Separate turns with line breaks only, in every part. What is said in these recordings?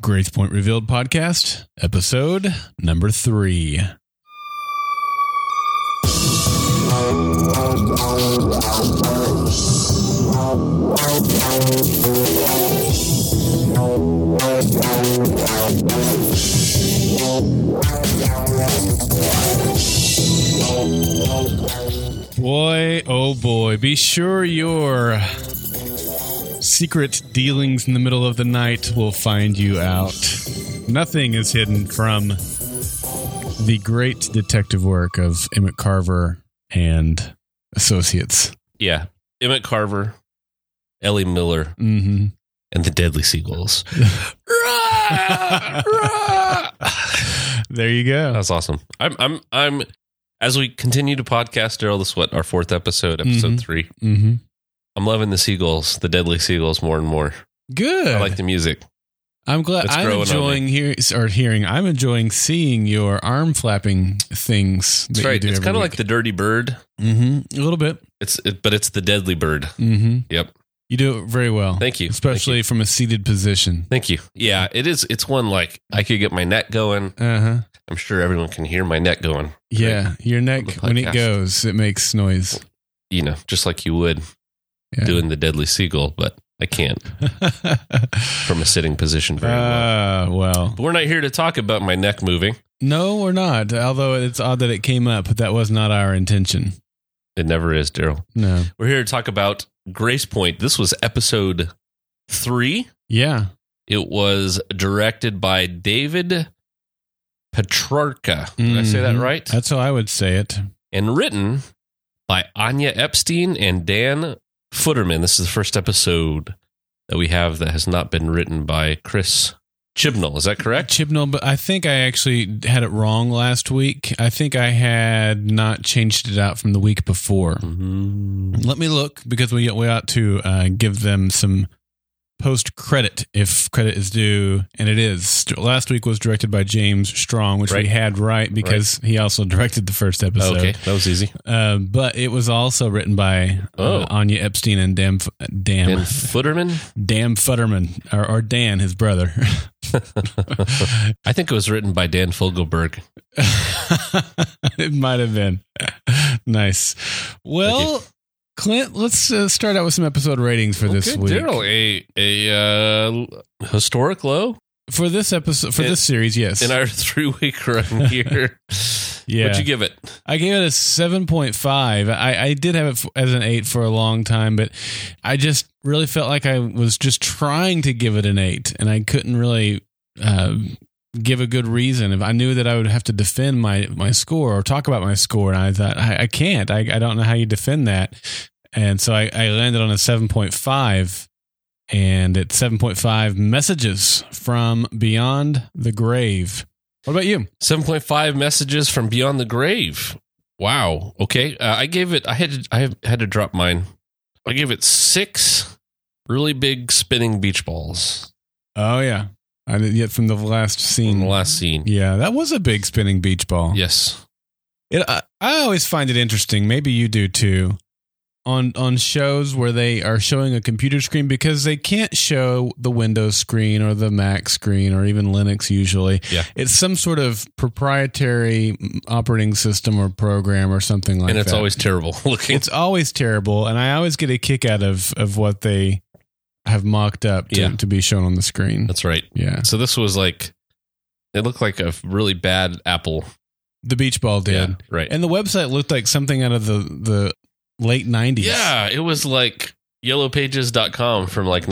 Grace Point Revealed podcast, episode number three. Boy, oh boy, be sure your secret dealings in the middle of the night will find you out. Nothing is hidden from the great detective work of Emmett Carver and Associates.
Yeah. Emmett Carver, Ellie Miller,
Mm-hmm.
and the Deadly Seagulls.
there you go.
That's awesome. I'm I'm I'm as we continue to podcast Daryl this is what our fourth episode, episode
Mhm.
three.
Mm-hmm.
I'm loving the seagulls, the deadly seagulls more and more.
Good.
I like the music.
I'm glad.
It's
I'm
growing on
enjoying hearing or hearing. I'm enjoying seeing your arm flapping things.
That's right. It's kind of like the dirty bird.
mm-hmm. a little bit.
It's it, but it's the deadly bird.
Mm-hmm.
Yep.
You do it very well.
Thank you.
especially from a seated position.
Thank you. Yeah, it is. It's one like I could get my neck going.
Uh huh.
I'm sure everyone can hear my neck going.
Yeah, your neck
On the
when it
podcast.
goes, it makes noise.
You know, just like you would
Yeah.
doing the deadly seagull, but I can't from a sitting position very well.
Ah, well.
But we're not here to talk about my neck moving.
No, we're not. Although it's odd that it came up, but that was not our intention.
It never is, Daryl.
No.
We're here to talk about Grace Point. This was episode three.
Yeah.
It was directed by David Petrarca. Did Mm-hmm. I say that
Mhm.
right?
That's how I would say it.
and written by Anya Epstein and Dan Footerman. This is the first episode that we have that has not been written by Chris Chibnall. Is that correct?
Chibnall, but I think I actually had it wrong last week. I think I had not changed it out from the week before.
Mm-hmm.
Let me look because we we ought to uh, give them some post credit if credit is due, and it is. Last week was directed by James Strong, which
Right.
we had right because he also directed the first episode.
Okay, that was easy.
Uh, but it was also written by uh,
Oh.
Anya Epstein and Dan F- Dan
And Footerman,
Dan Futterman or, or Dan, his brother.
I think it was written by Dan Fogelberg.
it might have been nice. Well, Clint, let's uh, start out with some episode ratings for this
Okay,
week.
Daryl, a a uh, historic low
For this episode, for
In-
this series, yes,
in our three week run here.
Yeah.
what'd you give it?
I gave it a seven point five. I, I did have it f- as an eight for a long time, but I just really felt like I was just trying to give it an eight, and I couldn't really uh, give a good reason. If I knew that I would have to defend my my score or talk about my score, and I thought I, I can't. I, I don't know how you defend that, and so I, I landed on a seven point five. And at 7.5, messages from beyond the grave. What about you?
Seven point five messages from beyond the grave. Wow. Okay. Uh, I gave it. I had. To, I have- had to drop mine. I gave it six really big spinning beach balls
Oh yeah, I did yet from the last
in
scene.
the last scene.
yeah, that was a big spinning beach ball.
Yes.
It, I, I always find it interesting. Maybe you do too. On on shows where they are showing a computer screen because they can't show the Windows screen or the Mac screen or even Linux usually.
Yeah.
It's some sort of proprietary operating system or program or something like that.
and it's always terrible looking.
it's always terrible, and I always get a kick out of of what they have mocked up to,
Yeah.
to be shown on the screen.
That's right.
yeah.
So this was like. It looked like a really bad apple.
The beach ball did.
Yeah, right.
And the website looked like something out of the, the late 90s.
Yeah, it was like yellowpages.com from like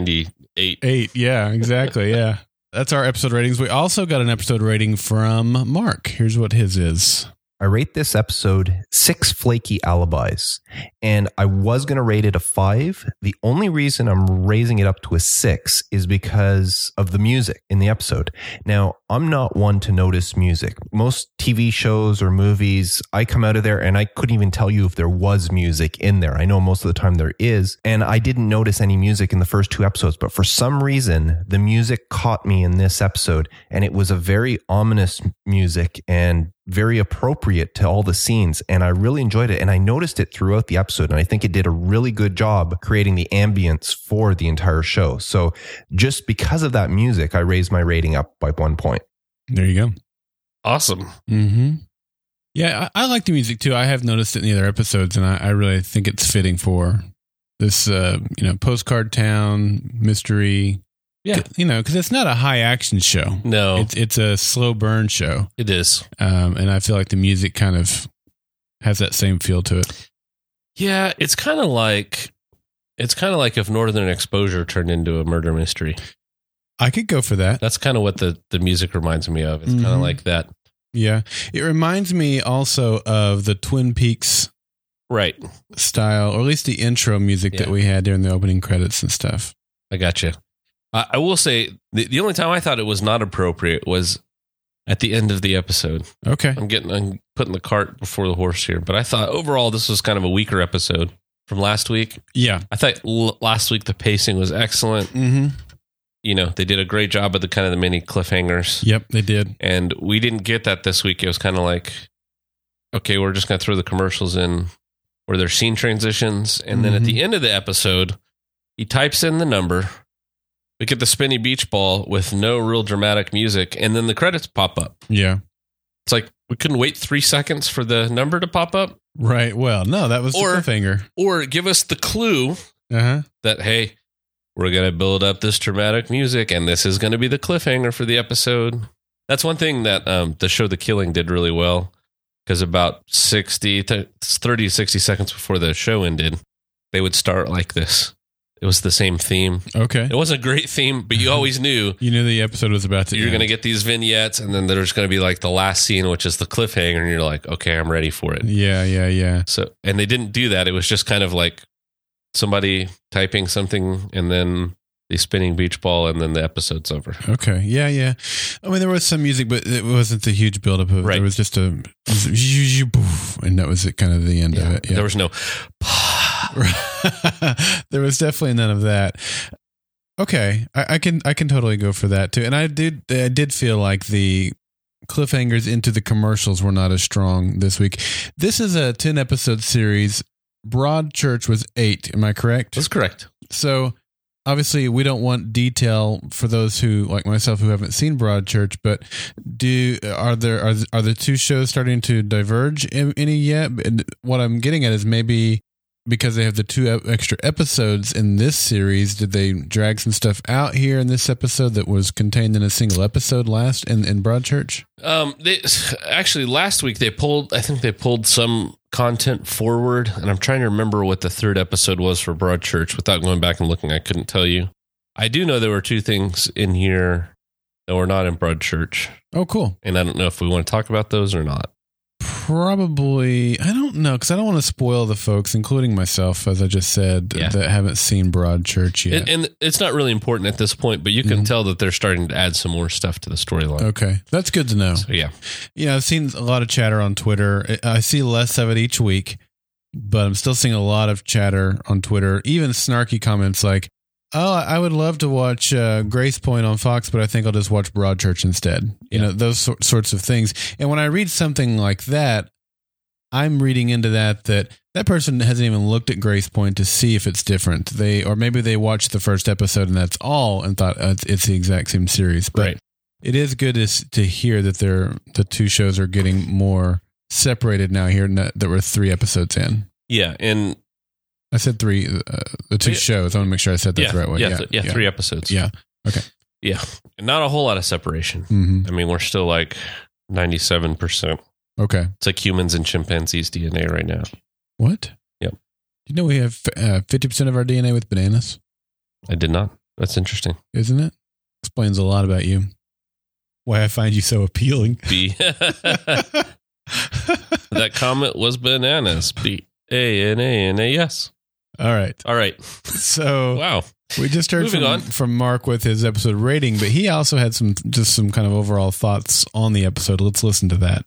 1998.
Eight. Yeah, exactly. Yeah. That's our episode ratings. We also got an episode rating from Mark. Here's what his is.
I rate this episode six flaky alibis, and I was going to rate it a five. The only reason I'm raising it up to a six is because of the music in the episode. Now, I'm not one to notice music. Most TV shows or movies, I come out of there and I couldn't even tell you if there was music in there. I know most of the time there is, and I didn't notice any music in the first two episodes, but for some reason, the music caught me in this episode, and it was a very ominous music and very appropriate to all the scenes. And I really enjoyed it. And I noticed it throughout the episode. And I think it did a really good job creating the ambience for the entire show. So just because of that music, I raised my rating up by one point.
There you go.
Awesome.
Mm-hmm. Yeah, I, I like the music too. I have noticed it in the other episodes, and I, I really think it's fitting for this, uh, you know, postcard town mystery.
Yeah.
you know, because it's not a high action show.
No,
It's it's a slow burn show,
it is.
um, and I feel like the music kind of has that same feel to it.
Yeah, it's kind of like it's kind of like if Northern Exposure turned into a murder mystery.
I could go for that.
That's kind of what the the music reminds me of. It's kind of
Mhm.
like that.
Yeah, it reminds me also of the Twin Peaks
Right.
style, or at least the intro music that
Yeah.
we had during the opening credits and stuff.
I gotcha. I, I will say the, the only time I thought it was not appropriate was at the end of the episode.
Okay,
I'm getting I'm putting the cart before the horse here, but I thought overall this was kind of a weaker episode from last week.
yeah.
I thought l- last week the pacing was excellent.
Mm-hmm.
You know, they did a great job of the kind of the mini cliffhangers.
Yep, they did.
and we didn't get that this week. It was kind of like, okay, we're just going to throw the commercials in where there's scene transitions, and then at the end of the episode, he types in the number. We get the spinny beach ball with no real dramatic music, and then the credits pop up.
Yeah.
It's like we couldn't wait three seconds for the number to pop up,
Right. Well, no, that was the
Or-
cliffhanger.
or give us the clue
Uh huh.
that hey, we're going to build up this dramatic music, and this is going to be the cliffhanger for the episode. That's one thing that um, the show The Killing did really well because about 60, to 30, 60 seconds before the show ended, they would start like this. It was the same theme.
Okay.
It wasn't a great theme, but you always knew
You knew the episode was about to.
you're
end.
going to get these vignettes, and then there's going to be like the last scene, which is the cliffhanger, and you're like, okay, I'm ready for it.
Yeah, yeah, yeah.
So, and they didn't do that. It was just kind of like somebody typing something and then the spinning beach ball and then the episode's over.
Okay. Yeah, yeah. I mean, there was some music, but it wasn't the huge buildup of it.
Right.
There was just a, and that was it, kind of the end of it. Yeah.
There was no,
there was definitely none of that. Okay, I, I can I can totally go for that too. And I did I did feel like the cliffhangers into the commercials were not as strong this week. This is a ten episode series. Broadchurch was eight. Am I correct?
that's correct.
So obviously we don't want detail for those who like myself who haven't seen Broadchurch, but do are there are, are the two shows starting to diverge in, any yet? And what I'm getting at is maybe because they have the two ep- extra episodes in this series, did they drag some stuff out here in this episode that was contained in a single episode last in, in Broadchurch?
Um, they actually last week they pulled, I think they pulled some content forward and I'm trying to remember what the third episode was for Broadchurch without going back and looking. I couldn't tell you. I do know there were two things in here that were not in Broadchurch
Oh, cool.
and I don't know if we want to talk about those or not.
Probably, I don't know because I don't want to spoil the folks, including myself, as I just said,
Yeah.
that haven't seen Broadchurch yet.
And, and it's not really important at this point, but you can
Mhm.
tell that they're starting to add some more stuff to the storyline.
Okay, that's good to know.
So yeah,
Yeah, I've seen a lot of chatter on Twitter. I I see less of it each week, but I'm still seeing a lot of chatter on Twitter. Even snarky comments like, "Oh, I would love to watch uh, Grace Point on Fox, but I think I'll just watch Broadchurch instead." You
Yeah.
know, those sor- sorts of things. And when I read something like that, I'm reading into that that that person hasn't even looked at Grace Point to see if it's different. They or maybe they watched the first episode and that's all, and thought uh, it's, it's the exact same series. But
right.
it is good to, s- to hear that they're the two shows are getting more separated now. Here not- that we're three episodes in,
Yeah, and
I said three. Uh, the two
Yeah.
shows. I want to make sure I said that
yeah,
the right way.
yeah, th- yeah, three episodes.
Yeah. Okay.
yeah, And not a whole lot of separation.
hmm
I mean, we're still like ninety-seven percent.
Okay.
It's like humans and chimpanzees DNA right now.
What?
Yep.
You know we have uh, fifty percent of our DNA with bananas,
I did not. That's interesting.
isn't it? Explains a lot about you. Why I find you so appealing.
B. that comment was bananas. B A N A N A. Yes.
All right.
All right.
So
Wow.
We just heard
Moving
from,
on.
from Mark with his episode rating, but he also had some just some kind of overall thoughts on the episode. Let's listen to that.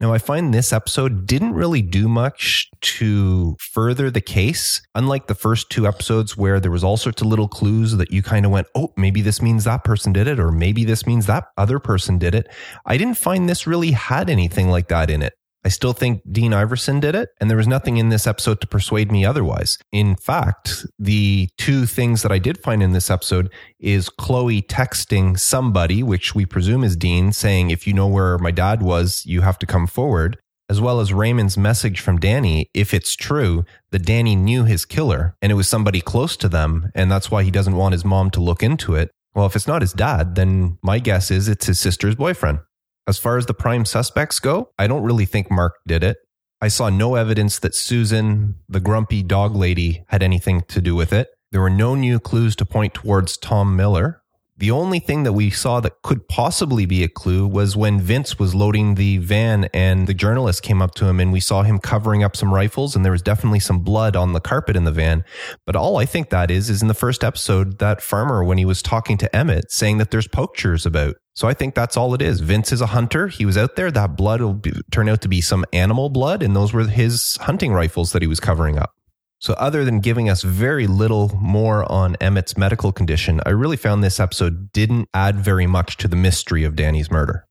Now, I find this episode didn't really do much to further the case, unlike the first two episodes where there was all sorts of little clues that you kind of went, oh, maybe this means that person did it, or maybe this means that other person did it. I didn't find this really had anything like that in it. I still think Dean Iverson did it, and there was nothing in this episode to persuade me otherwise. In fact, the two things that I did find in this episode is Chloe texting somebody, which we presume is Dean, saying, If you know where my dad was, you have to come forward, as well as Raymond's message from Danny, if it's true, that Danny knew his killer and it was somebody close to them, and that's why he doesn't want his mom to look into it. Well, if it's not his dad, then my guess is it's his sister's boyfriend. As far as the prime suspects go, I don't really think Mark did it. I saw no evidence that Susan, the grumpy dog lady, had anything to do with it. There were no new clues to point towards Tom Miller. The only thing that we saw that could possibly be a clue was when Vince was loading the van and the journalist came up to him and we saw him covering up some rifles and there was definitely some blood on the carpet in the van. But all I think that is, is in the first episode, that farmer, when he was talking to Emmett, saying that there's poachers about. So I think that's all it is. Vince is a hunter. He was out there. That blood will be, turn out to be some animal blood, and those were his hunting rifles that he was covering up. So, other than giving us very little more on Emmett's medical condition, I really found this episode didn't add very much to the mystery of Danny's murder.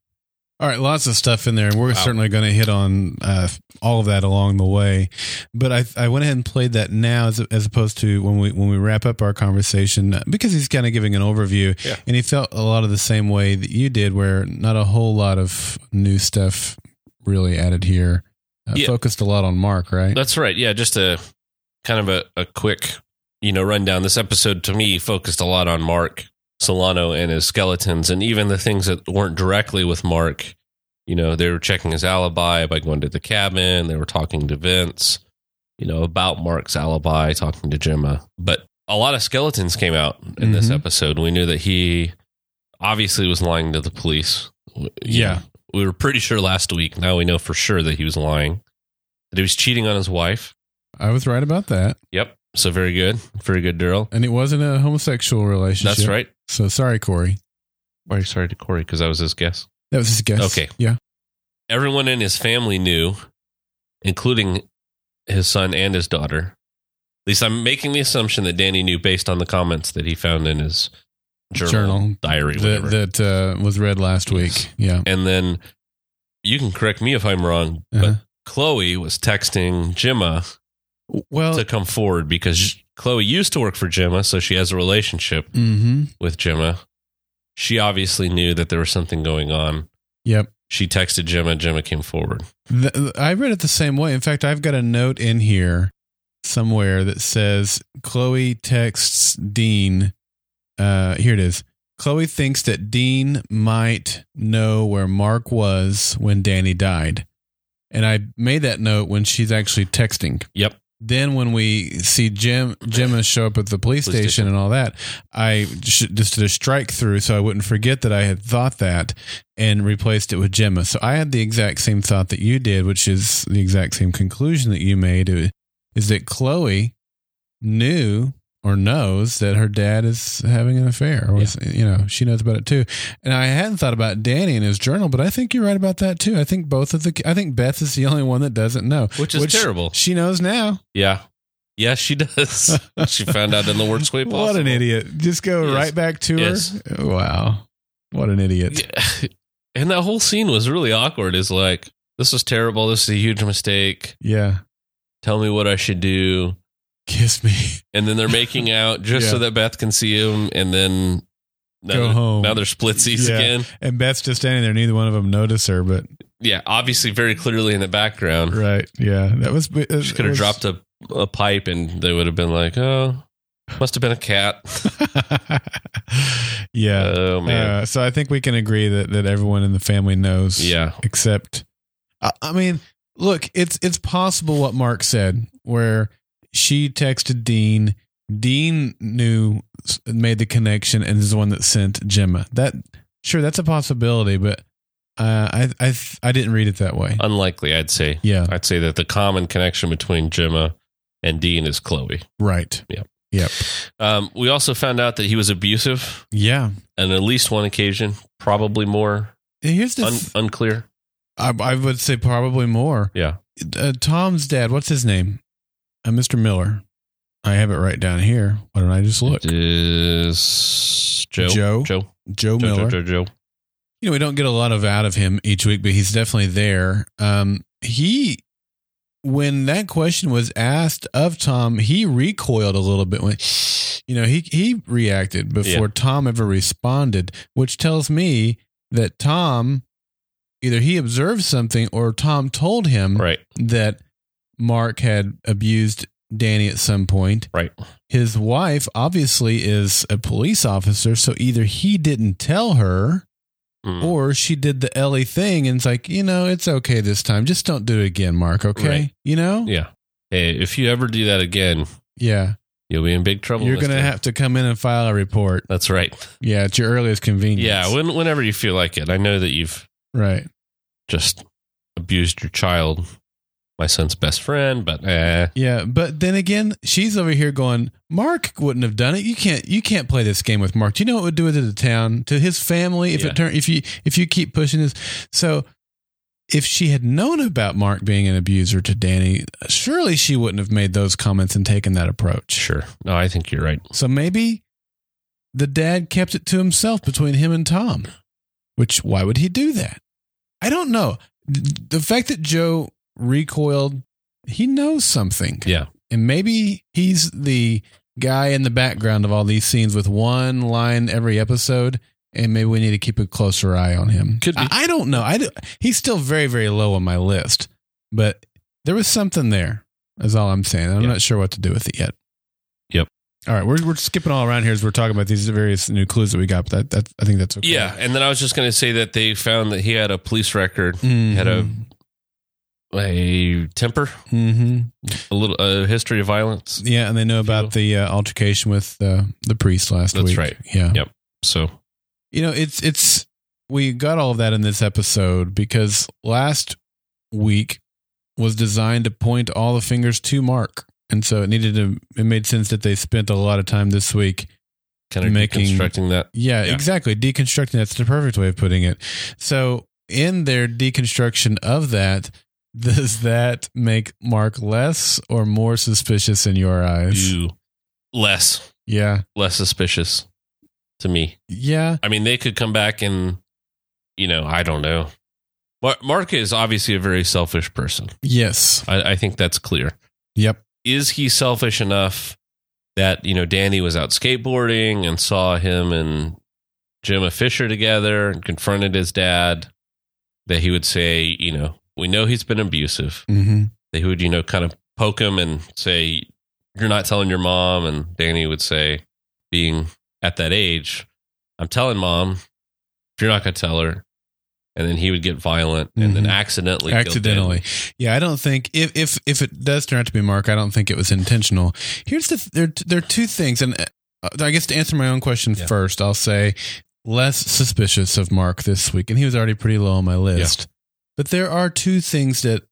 All right, lots of stuff in there, and we're certainly going to hit on uh, all of that along the way. But I, I went ahead and played that now, as, as opposed to when we when we wrap up our conversation, uh, because he's kind of giving an overview,
Yeah.
and he felt a lot of the same way that you did, where not a whole lot of new stuff really added here. Uh,
Yeah.
Focused a lot on Mark, right?
That's right. Yeah, just a kind of a, a quick, you know, rundown. This episode to me focused a lot on Mark Solano and his skeletons, and even the things that weren't directly with Mark. You know, they were checking his alibi by going to the cabin. They were talking to Vince, you know, about Mark's alibi, talking to Gemma. But a lot of skeletons came out in this
Mhm.
episode. We knew that he obviously was lying to the police. You
Yeah.
know, we were pretty sure last week. Now we know for sure that he was lying, that he was cheating on his wife.
I was right about that,
Yep. So very good. Very good, Daryl.
and it wasn't a homosexual relationship.
That's right.
So sorry, Corey.
Very sorry to Corey because that was his guess.
That was his guess.
Okay.
Yeah.
Everyone in his family knew, including his son and his daughter. At least I'm making the assumption that Danny knew based on the comments that he found in his journal,
Journal.
diary, whatever.
That that uh, was read last
Yes.
week. Yeah.
and then you can correct me if I'm wrong,
Uh-huh.
but Chloe was texting Gemma
Well.
to come forward because Chloe used to work for Gemma, so she has a relationship
mm-hmm.
with Gemma. She obviously knew that there was something going on.
Yep.
She texted Gemma. Gemma came forward.
Th- th- I read it the same way. In fact, I've got a note in here somewhere that says Chloe texts Dean. Uh, here it is. Chloe thinks that Dean might know where Mark was when Danny died. And I made that note when she's actually texting.
Yep.
Then when we see Jim Gemma show up at the police,
Police
station,
station.
and all that, I sh- just did a strike through so I wouldn't forget that I had thought that and replaced it with Gemma. So I had the exact same thought that you did, which is the exact same conclusion that you made uh, is that Chloe knew or knows that her dad is having an affair or is, you know she knows about it too and i hadn't thought about danny and his journal but i think you're right about that too i think both of the i think beth is the only one that doesn't know
Which is terrible.
she knows now
Yeah. Yeah, she does. she found out in the worst way possible.
What an idiot. Just go
Yes.
right back to
Yes.
her. Wow. What an idiot.
Yeah. And that whole scene was really awkward. Is like, this is terrible. This is a huge mistake.
Yeah.
Tell me what I should do.
Kiss me.
And then they're making out just
Yeah.
so that Beth can see him. And then now,
Go
they're-
home.
now they're splitsies
Yeah.
again.
And Beth's just standing there. Neither one of them notice her, but
Yeah, obviously, very clearly in the background.
right. Yeah. That was. It,
Mm. She could have dropped a, a pipe and they would have been like, oh, must have been a cat.
yeah.
Oh, man.
Uh, so I think we can agree that, that everyone in the family knows.
yeah.
except I, I mean look it's it's possible what mark said where she texted dean dean knew s- made the connection and is the one that sent gemma that sure that's a possibility but uh, i i th- i didn't read it that way
Uh, Unlikely, I'd say.
yeah
I'd say that the common connection between Gemma and Dean is Chloe.
right
Um, we also found out that he was abusive
yeah
on at least one occasion, probably more.
And here's the
Un-
th-
unclear.
I, I would say probably more.
Yeah.
Uh, Tom's dad, what's his name? Uh, Mr. Miller. I have it right down here. Why don't I just look?
It is Joe.
Joe?
Joe.
Joe
Joe, Joe,
Miller.
Joe, Joe.
You know, we don't get a lot of out of him each week, but he's definitely there. Um, he, when that question was asked of Tom, he recoiled a little bit when, you know, he he reacted before Tom ever responded, which tells me that Tom, either he observed something or Tom told him
Right.
that Mark had abused Danny at some point.
Right.
His wife obviously is a police officer, so either he didn't tell her
Mm.
or she did the Ellie thing and it's like, you know, it's okay this time. Just don't do it again, Mark, okay?
Right.
You know?
Yeah. Hey, if you ever do that again,
Yeah.
you'll be in big trouble.
You're going to
mister.
have to come in and file a report.
That's right.
Yeah, at your earliest convenience.
Yeah. When, whenever you feel like it, I know that you've
right.
just abused your child, my son's best friend, but eh.
Yeah, but then again, she's over here going, Mark wouldn't have done it. You can't you can't play this game with Mark. Do you know what it would do to the town, to his family if
Yeah.
it turn if you if you keep pushing this. So if she had known about Mark being an abuser to Danny, surely she wouldn't have made those comments and taken that approach.
Sure. No, I think you're right.
So maybe the dad kept it to himself between him and Tom. Which why would he do that? I don't know. Th- The fact that Joe recoiled, he knows something.
Yeah.
And maybe he's the guy in the background of all these scenes with one line every episode. And maybe we need to keep a closer eye on him.
Could be.
I, I don't know. I do- he's still very, very low on my list, but there was something there. Is all I'm saying. I'm
Yeah.
not sure what to do with it yet.
Yep.
All right, we're we're skipping all around here as we're talking about these various new clues that we got. But that, that I think that's okay.
Yeah. And then I was just going to say that they found that he had a police record,
Mhm.
had a a temper,
Mhm.
a little a history of violence.
yeah, and they know about the uh, altercation with uh, the priest last
That's
week.
right.
Yeah.
Yep. So
You know, it's it's we got all of that in this episode because last week was designed to point all the fingers to Mark. And so it needed to it made sense that they spent a lot of time this week
kind of
Making-
deconstructing that.
Yeah,
Yeah.
exactly. Deconstructing that's the perfect way of putting it. So, in their deconstruction of that, does that make Mark less or more suspicious in your eyes?
You less
Yeah.
less suspicious to me.
Yeah.
I mean, they could come back and you know, I don't know. Mar- Mark is obviously a very selfish person.
Yes.
I, I think that's clear.
Yep.
Is he selfish enough that you know Danny was out skateboarding and saw him and Jim Fisher together and confronted his dad? That he would say, you know, we know he's been abusive.
Mm-hmm.
they would you know kind of poke him and say you're not telling your mom and danny would say being at that age i'm telling mom if you're not going to tell her and then he would get violent and then
Mhm.
accidentally kill
Accidentally.
Danny.
Yeah, I don't think if if if it does turn out to be Mark, I don't think it was intentional. Here's the there there are two things, and uh, I guess to answer my own question
Yeah.
first, I'll say less suspicious of Mark this week, and he was already pretty low on my list. But there are two things that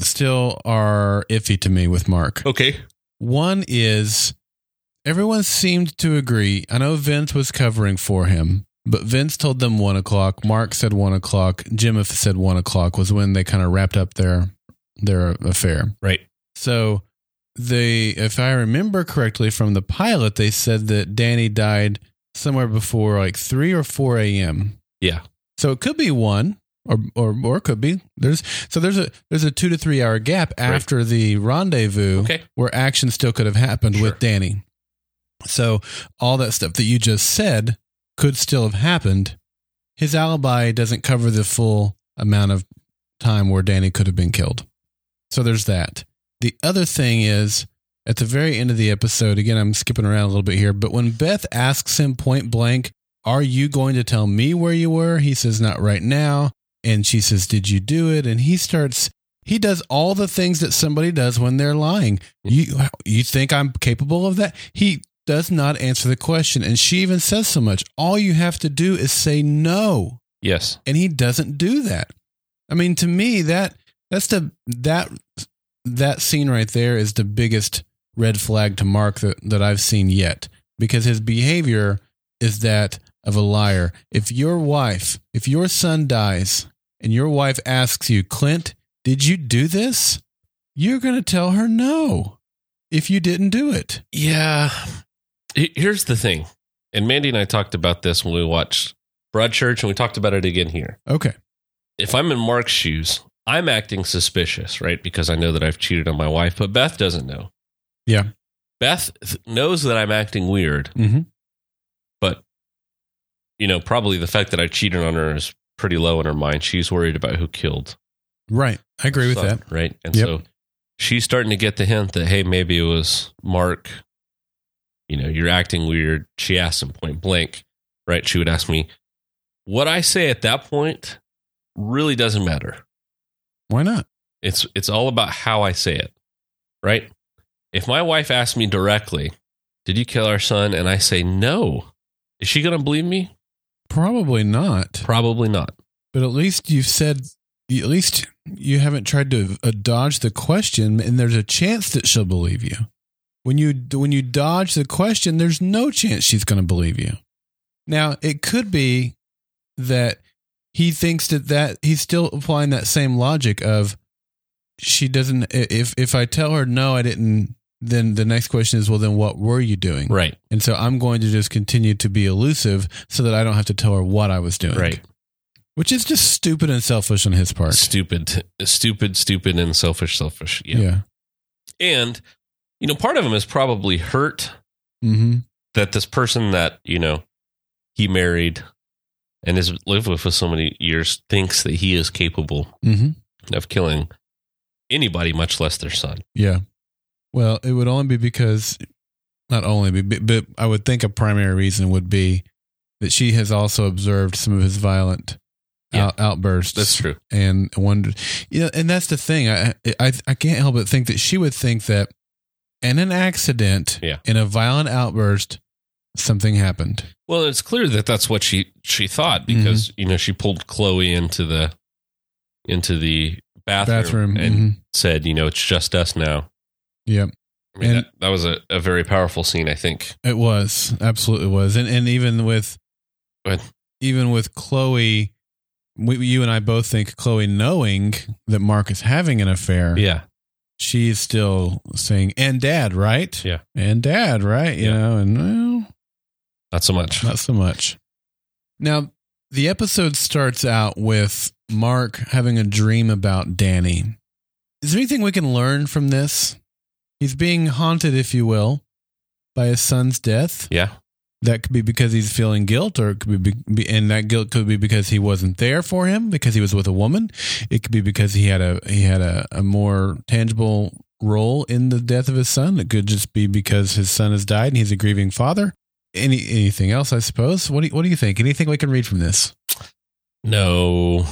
still are iffy to me with Mark.
okay
One is everyone seemed to agree. I know Vince was covering for him, but Vince told them one o'clock. Mark said one o'clock. Jim said one o'clock was when they kind of wrapped up their their affair.
right
So they, if I remember correctly from the pilot, they said that Danny died somewhere before like three or four a.m.
Yeah.
So it could be one, or or or it could be there's so there's a there's a two to three hour gap
Right.
after the rendezvous
okay
where action still could have happened
Sure.
with Danny. So all that stuff that you just said could still have happened. His alibi doesn't cover the full amount of time where Danny could have been killed. So there's that. The other thing is at the very end of the episode, again, I'm skipping around a little bit here, but when Beth asks him point blank, Are you going to tell me where you were? He says, Not right now. And she says, Did you do it? And he starts, he does all the things that somebody does when they're lying. You, you think I'm capable of that? He does not answer the question. And she even says so much. All you have to do is say no
yes
and he doesn't do that. I mean, to me, that that's the that that scene right there is the biggest red flag to Mark that, that I've seen yet because his behavior is that of a liar. If your wife, if your son dies, and your wife asks you, Clint, did you do this? You're going to tell her no if you didn't do it.
Yeah. He- Here's the thing. And Mandy and I talked about this when we watched Broadchurch, and we talked about it again here.
Okay.
If I'm in Mark's shoes, I'm acting suspicious, right? Because I know that I've cheated on my wife, but Beth doesn't know.
Yeah.
Beth th- knows that I'm acting weird,
Mm-hmm.
but, you know, probably the fact that I cheated on her is pretty low in her mind. She's worried about who killed.
Right. I agree with that.
Right. And
Yep.
so she's starting to get the hint that, hey, maybe it was Mark. You know, you're acting weird. She asked him point blank, right? She would ask me, what I say at that point really doesn't matter.
Why not?
It's it's all about how I say it. Right? If my wife asked me directly, did you kill our son? And I say no, is she gonna believe me?
Probably not.
Probably not.
But at least you've said, at least you haven't tried to uh, dodge the question, and there's a chance that she'll believe you. When you when you dodge the question, there's no chance she's going to believe you. Now it could be that he thinks that that he's still applying that same logic of she doesn't. i- If if I tell her no, I didn't. Then the next question is, well, then what were you doing?
Right.
And so I'm going to just continue to be elusive so that I don't have to tell her what I was doing.
Right.
Which is just stupid and selfish on his part.
Stupid, stupid, stupid, and selfish, selfish. Yeah. And, you know, part of him is probably hurt
Mm-hmm.
that this person that, you know, he married and has lived with for so many years thinks that he is capable
Mm-hmm.
of killing anybody, much less their son.
Yeah. Well, it would only be because, not only, be, but- but I would think a primary reason would be that she has also observed some of his violent
Yeah.
out, outbursts.
That's true.
and wondered, you know, and that's the thing. I, I I can't help but think that she would think that in an accident,
Yeah.
in a violent outburst, something happened.
Well, it's clear that that's what she she thought
Mm-hmm.
because you know she pulled Chloe into the into the bathroom,
Bathroom.
and
mhm.
said, you know, it's just us now.
Yeah,
I mean,
And-
that, that was a, a very powerful scene, I think.
it was absolutely was, and and even with,
Go ahead.
even with Chloe, we, you and I both think Chloe knowing that Mark is having an affair.
Yeah,
she's still saying, "And Dad, right?
Yeah.
and Dad, right? You
Yeah.
know, and well,
not so much.
Not so much. Now, the episode starts out with Mark having a dream about Danny. Is there anything we can learn from this? He's being haunted, if you will, by his son's death.
yeah,
That could be because he's feeling guilt, or it could be, be, and that guilt could be because he wasn't there for him, because he was with a woman. It could be because he had a he had a, a more tangible role in the death of his son. It could just be because his son has died and he's a grieving father. Any anything else, I suppose. What do you, what do you think? Anything we can read from this?
no.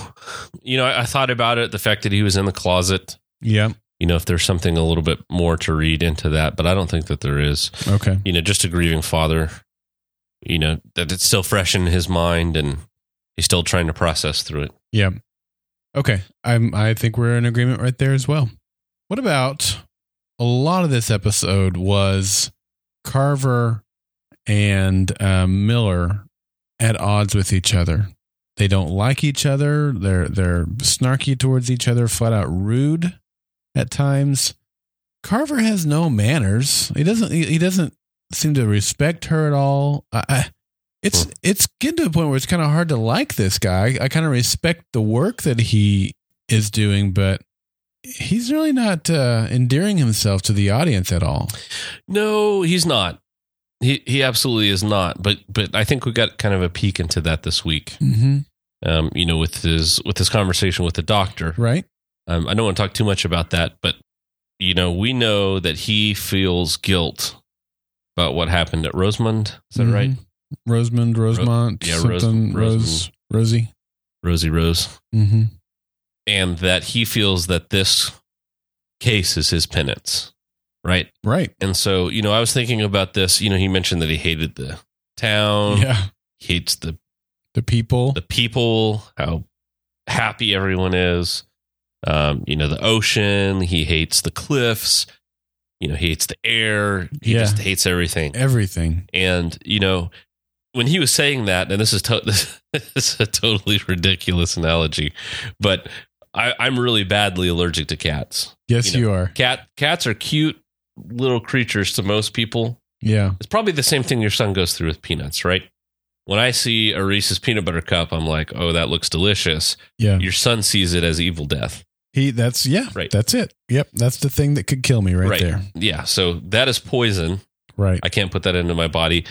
You know, I, I thought about it. The fact that he was in the closet.
Yeah.
You know, if there's something a little bit more to read into that, but I don't think that there is.
Okay.
you know, just a grieving father, you know, that it's still fresh in his mind and he's still trying to process through it.
Yeah. Okay. I'm I think we're in agreement right there as well. What about a lot of this episode was Carver and uh, Miller at odds with each other. They don't like each other. They're they're snarky towards each other, flat out rude at times. Carver has no manners. He doesn't he, he doesn't seem to respect her at all. I, I, it's
Hmm.
it's getting to a point where it's kind of hard to like this guy. I kind of respect the work that he is doing, but he's really not uh, endearing himself to the audience at all.
No, he's not. He he absolutely is not. But but I think we got kind of a peek into that this week.
Mm-hmm.
Um, you know, with his with his conversation with the doctor.
Right?
Um, I don't want to talk too much about that, but you know, we know that he feels guilt about what happened at Rosemond. Is that right?
Mhm. Rosemond, Rosemont,
yeah, Ros-
something, Rose, Rosie.
Rosie Rose.
Mm-hmm.
And that he feels that this case is his penance. Right?
Right.
And so, you know, I was thinking about this. You know, he mentioned that he hated the town,
Yeah.
he hates the
The people.
Uh-huh. the people, how happy everyone is. Um, you know, the ocean. He hates the cliffs. You know, he hates the air. He
Yeah.
just hates everything.
everything.
And you know, when he was saying that, and this is to- this is a totally ridiculous analogy, but I, I'm really badly allergic to cats.
Yes,
You
you, are.
Cat cats are cute little creatures to most people.
Yeah.
It's probably the same thing your son goes through with peanuts, right? When I see a Reese's peanut butter cup, I'm like, "Oh, that looks delicious."
Yeah.
Your son sees it as evil death.
He that's yeah.
Right.
That's it. Yep. That's the thing that could kill me right,
Right.
there.
Yeah, so that is poison.
Right.
I can't put that into my body.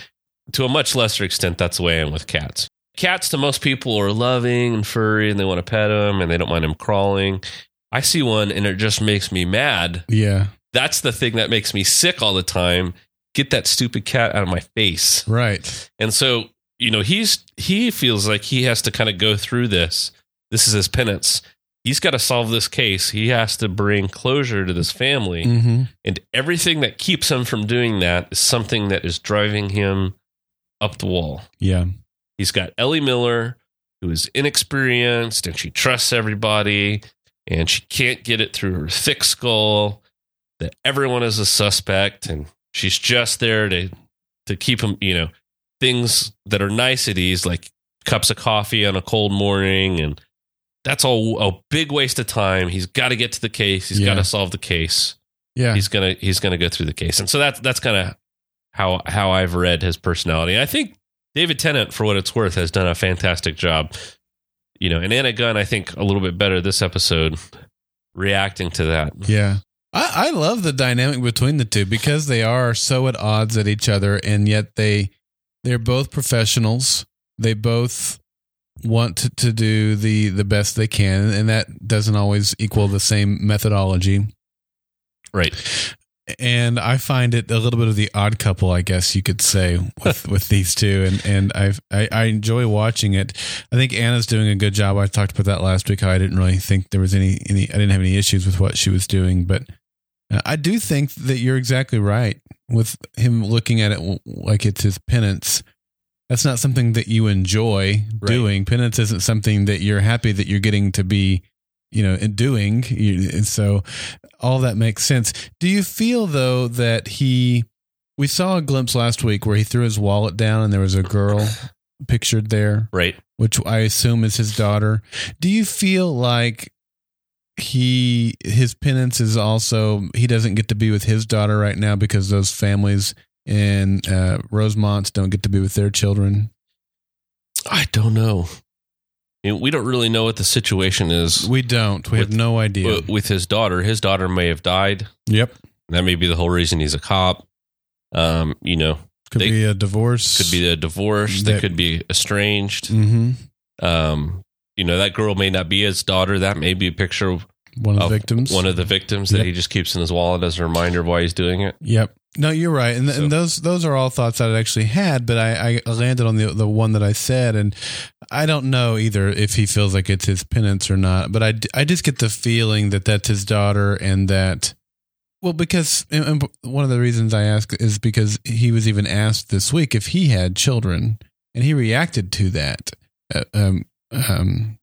To a much lesser extent, that's the way I am with cats. Cats, to most people, are loving and furry and they want to pet them and they don't mind them crawling. I see one and it just makes me mad.
yeah.
That's the thing that makes me sick all the time. Get that stupid cat out of my face.
Right.
And so, you know, he's he feels like he has to kind of go through this. This is his penance. He's got to solve this case. He has to bring closure to this family.
Mm-hmm.
And everything that keeps him from doing that is something that is driving him up the wall.
Yeah.
He's got Ellie Miller, who is inexperienced and she trusts everybody and she can't get it through her thick skull that everyone is a suspect and she's just there to to keep him, you know, things that are niceties like cups of coffee on a cold morning and that's all a big waste of time. He's got to get to the case. He's
Yeah.
got to solve the case
Yeah.
he's gonna he's gonna go through the case, and so that's that's kind of how how I've read his personality. I think David Tennant, for what it's worth, has done a fantastic job. You know, and Anna Gunn, I think a little bit better this episode, reacting to that.
Yeah. I, I love the dynamic between the two because they are so at odds at each other and yet they they're both professionals. They both want to, to do the the best they can and that doesn't always equal the same methodology.
Right.
And I find it a little bit of the odd couple, I guess you could say, with, with these two. And and I've, I I enjoy watching it. I think Anna's doing a good job. I talked about that last week. How I didn't really think there was any any. I didn't have any issues with what she was doing, but uh, I do think that you're exactly right with him looking at it w- like it's his penance. That's not something that you enjoy
Right.
doing. Penance isn't something that you're happy that you're getting to be, you know, and doing. You, and so all that makes sense. Do you feel though that he? We saw a glimpse last week where he threw his wallet down and there was a girl pictured there
Right.
which I assume is his daughter. Do you feel like he his penance is also he doesn't get to be with his daughter right now because those families in uh, Rosemonts don't get to be with their children?
I don't know. You know, we don't really know what the situation is
We don't. We
With-
have no idea.
wi- with his daughter. His daughter may have died.
yep,
That may be the whole reason he's a cop. Um, you know,
could
they-
be a divorce.
could be a divorce. They
That-
could be estranged.
hmm
um you know that girl may not be his daughter that may be a picture of
one of the
of
victims.
one of the victims that
Yep.
he just keeps in his wallet as a reminder of why he's doing it
Yep. No, you're right, and,
So-
and those those are all thoughts that I actually had, but I, I landed on the the one that I said, and I don't know either if he feels like it's his penance or not, but I, d- I just get the feeling that that's his daughter, and that well, because and- and one of the reasons I ask is because he was even asked this week if he had children, and he reacted to that. Uh, um, um,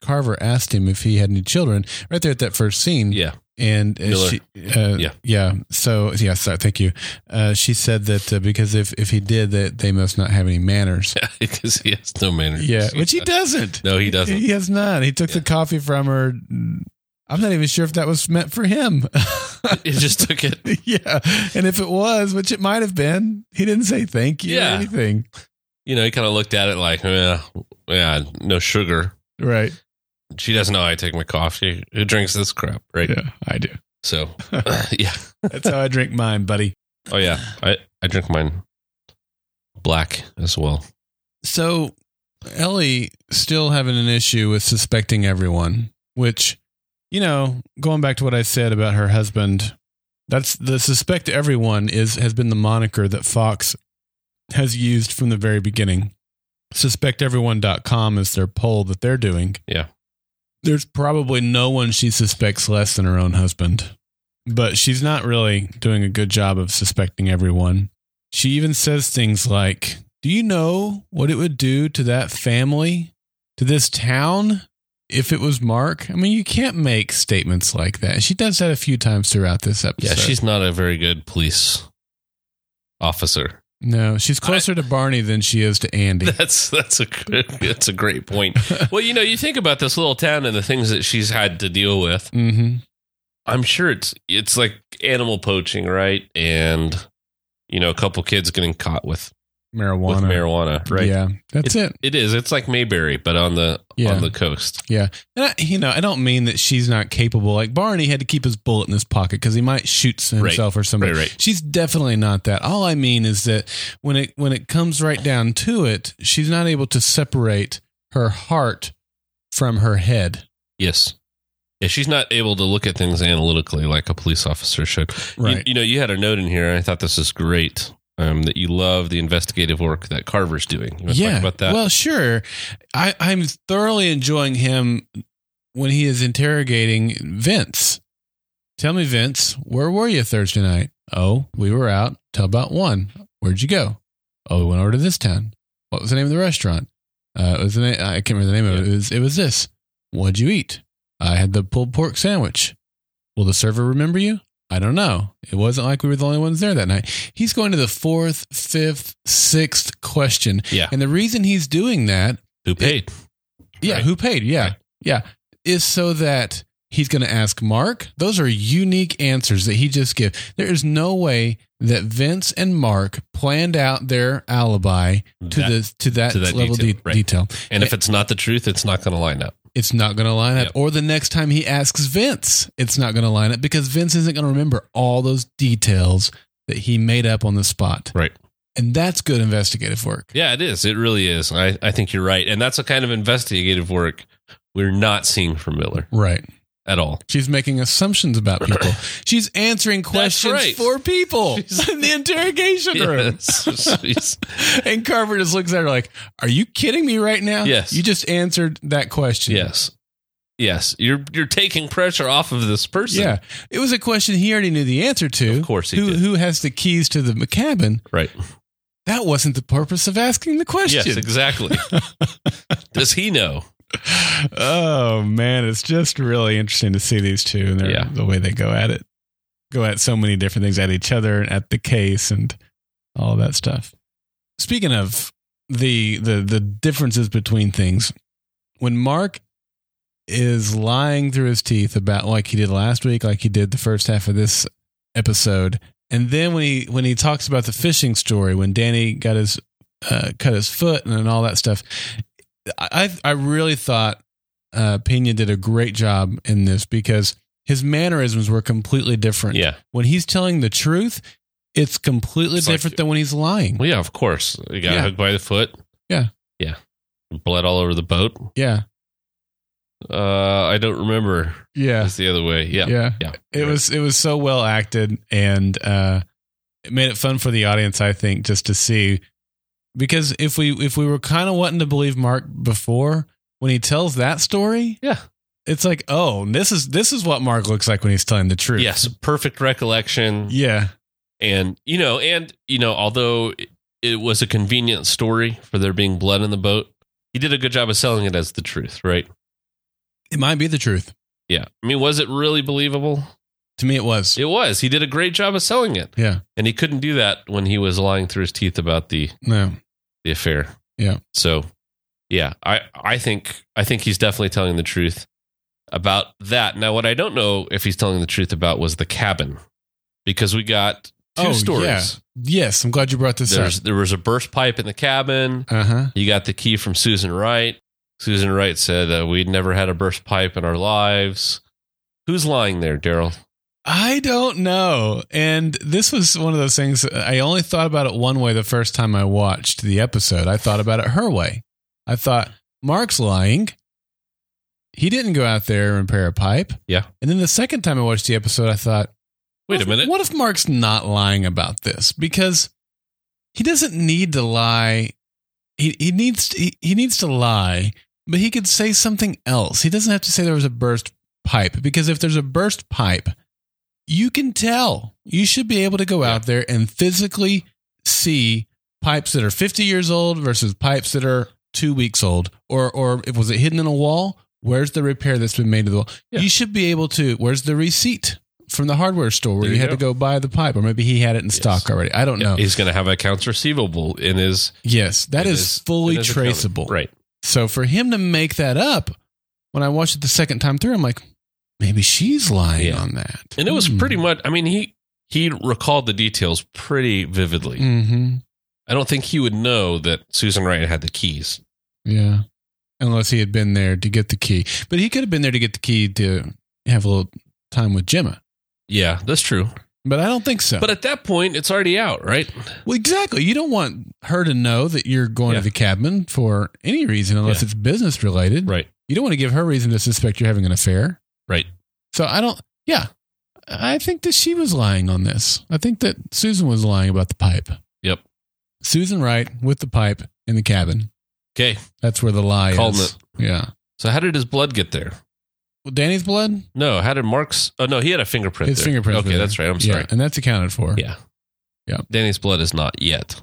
Carver asked him if he had any children right there at that first scene
yeah
and uh,
Miller.
she, uh,
Yeah.
yeah, yeah. So yeah, sorry, thank you. Uh, she said that uh, because if if he did that, they must not have any manners.
because he has no manners
yeah, which he doesn't.
no he doesn't
He has not. He took
Yeah.
the coffee from her. I'm not even sure if that was meant for him.
he just took it
yeah, and if it was, which it might have been, he didn't say thank you
Yeah.
or anything.
you know he kind of looked at it like yeah yeah no sugar
Right?
she doesn't know how i take my coffee who drinks this crap right
Yeah, I do.
so yeah
That's how I drink mine, buddy.
oh yeah i i drink mine black as well
So Ellie still having an issue with suspecting everyone, which, you know, going back to what I said about her husband, that's the suspect everyone is has been the moniker that Fox has used from the very beginning. Suspecteveryone.com is their poll that they're doing.
Yeah.
There's probably no one she suspects less than her own husband. But she's not really doing a good job of suspecting everyone. She even says things like, Do you know what it would do to that family, to this town, if it was Mark? I mean, you can't make statements like that. She does that a few times throughout this episode.
yeah she's not a very good police officer
No, she's closer to Barney than she is to Andy.
That's that's a good, that's a great point. Well, you know, you think about this little town and the things that she's had to deal with.
hmm
I'm sure it's it's like animal poaching, right? And you know, a couple kids getting caught with
Marijuana.
with marijuana, right?
Yeah, that's it.
It is. It's like Mayberry, but on the
Yeah.
on the coast.
And I, you know, I don't mean that she's not capable. Like Barney had to keep his bullet in his pocket because he might shoot himself or somebody.
Right, right.
She's definitely not that. All I mean is that when it when it comes right down to it, she's not able to separate her heart from her head.
Yes. Yeah, she's not able to look at things analytically like a police officer should. You- You,
Right.
know, you had a note in here. I thought this is great. Um, that you love the investigative work that Carver's doing. You want to talk about that?
Well, sure. I, I'm thoroughly enjoying him when he is interrogating Vince. Tell me, Vince, where were you Thursday night? Oh, we were out till about one. Where'd you go? Oh, we went over to this town. What was the name of the restaurant? Uh, it was the na- I can't remember the name of it. It was, it was this. What'd you eat? I had the pulled pork sandwich. Will the server remember you? I don't know. It wasn't like we were the only ones there that night. He's going to the fourth, fifth, sixth question.
yeah.
And the reason he's doing that,
Who paid?
yeah,
Right.
who paid? Yeah,
Right.
yeah, is so that he's going to ask Mark. Those are unique answers that he just gives. There is no way that Vince and Mark planned out their alibi to
That-
the to that,
to that
level
detail,
detail.
right.
detail.
and if it's not the truth, it's not going to line up.
It's not going to line up.
Yep.
Or the next time he asks Vince, it's not going to line up because Vince isn't going to remember all those details that he made up on the spot.
Right.
And that's good investigative work.
Yeah, it is. It really is. I, I think you're right. And that's the kind of investigative work we're not seeing from Miller
Right.
at all.
She's making assumptions about people. She's answering questions
right.
for people
She's-
in the interrogation room.
Yes. She's-
And Carver just looks at her like, "Are you kidding me right now?
Yes.
you just answered that question.
yes. Yes. You're you're taking pressure off of this person.
yeah. It was a question he already knew the answer to.
Of course he
who
did.
who has the keys to the cabin?
Right.
That wasn't the purpose of asking the question.
Yes, exactly. Does he know?
oh man, it's just really interesting to see these two and their,
Yeah.
the way they go at it, go at so many different things at each other and at the case and all that stuff. Speaking of the the the differences between things, when Mark is lying through his teeth about like he did last week, like he did the first half of this episode, and then when he when he talks about the fishing story, when Danny got his uh, cut his foot and, all that stuff, I I I really thought uh, Pena did a great job in this because his mannerisms were completely different.
Yeah.
when he's telling the truth, it's completely
It's like-
different than when he's lying.
Well, yeah, of course. You got
Yeah.
hooked by the foot.
Yeah.
Yeah. Blood all over the boat.
Yeah,
Uh, I don't remember.
yeah.
It's the other way. Yeah.
yeah
Yeah.
it was it was so well acted and uh it made it fun for the audience i think just to see because if we if we were kind of wanting to believe mark before when he tells that story
Yeah.
it's like oh this is this is what mark looks like when he's telling the truth
Yes. Perfect recollection.
yeah
and you know and you know although it- it was a convenient story for there being blood in the boat he did a good job of selling it as the truth right
it might be the truth
yeah i mean was it really believable
to me it was
it was he did a great job of selling it
yeah
and he couldn't do that when he was lying through his teeth about the
no
the affair
Yeah.
so yeah i i think i think he's definitely telling the truth about that now what i don't know if he's telling the truth about was the cabin because we got two
Oh,
stories
yeah. yes i'm glad you brought this
There's, there was a burst pipe in the cabin
up uh-huh
You got the key from Susan Wright. Susan Wright said uh, we'd never had a burst pipe in our lives. Who's lying there, Daryl?
I don't know. And this was one of those things I only thought about it one way the first time I watched the episode. I thought about it her way. I thought Mark's lying. He didn't go out there and repair a pipe.
Yeah.
And then the second time I watched the episode, I thought,
Wait a
what if-
minute.
What if Mark's not lying about this? Because he doesn't need to lie. He he needs to, he, he needs to lie, but he could say something else. He doesn't have to say there was a burst pipe because if there's a burst pipe, you can tell. You should be able to go out there and physically see pipes that are 50 years old versus pipes that are 2 weeks old or or if was it hidden in a wall? Where's the repair that's been made to the wall?
Yeah.
You should be able to. Where's the receipt? from the hardware store where
There
you,
you
had
go.
to go buy the pipe, or maybe he had it in stock already. I don't know.
He's going to have accounts receivable in his.
yes, that
in
is
his-
fully
in his account.
traceable.
Right.
So for him to make that up, when I watched it the second time through, I'm like, maybe she's lying
Yeah.
on that.
And it was pretty much, I mean, he, he recalled the details pretty vividly.
Mm-hmm.
I don't think he would know that Susan Wright had the keys.
Yeah. Unless he had been there to get the key, but he could have been there to get the key to have a little time with Gemma.
Yeah, that's true.
But I don't think so.
But at that point, it's already out, right?
Well, exactly. You don't want her to know that you're going
Yeah.
to the cabin for any reason unless
Yeah.
it's business related.
Right.
You don't want to give her reason to suspect you're having an affair.
Right.
So I don't, yeah. I think that she was lying on this. I think that Susan was lying about the pipe.
Yep.
Susan Wright with the pipe in the cabin.
Okay.
That's where the lie
Called
is. Yeah.
So how did his blood get there?
Well, Danny's blood,
No, how did Mark's? Oh no, he had a fingerprint.
his
there.
fingerprints.
Okay,
were there.
that's right. I'm
Yeah,
sorry.
and that's accounted for.
Yeah.
Yeah.
Danny's blood is not yet.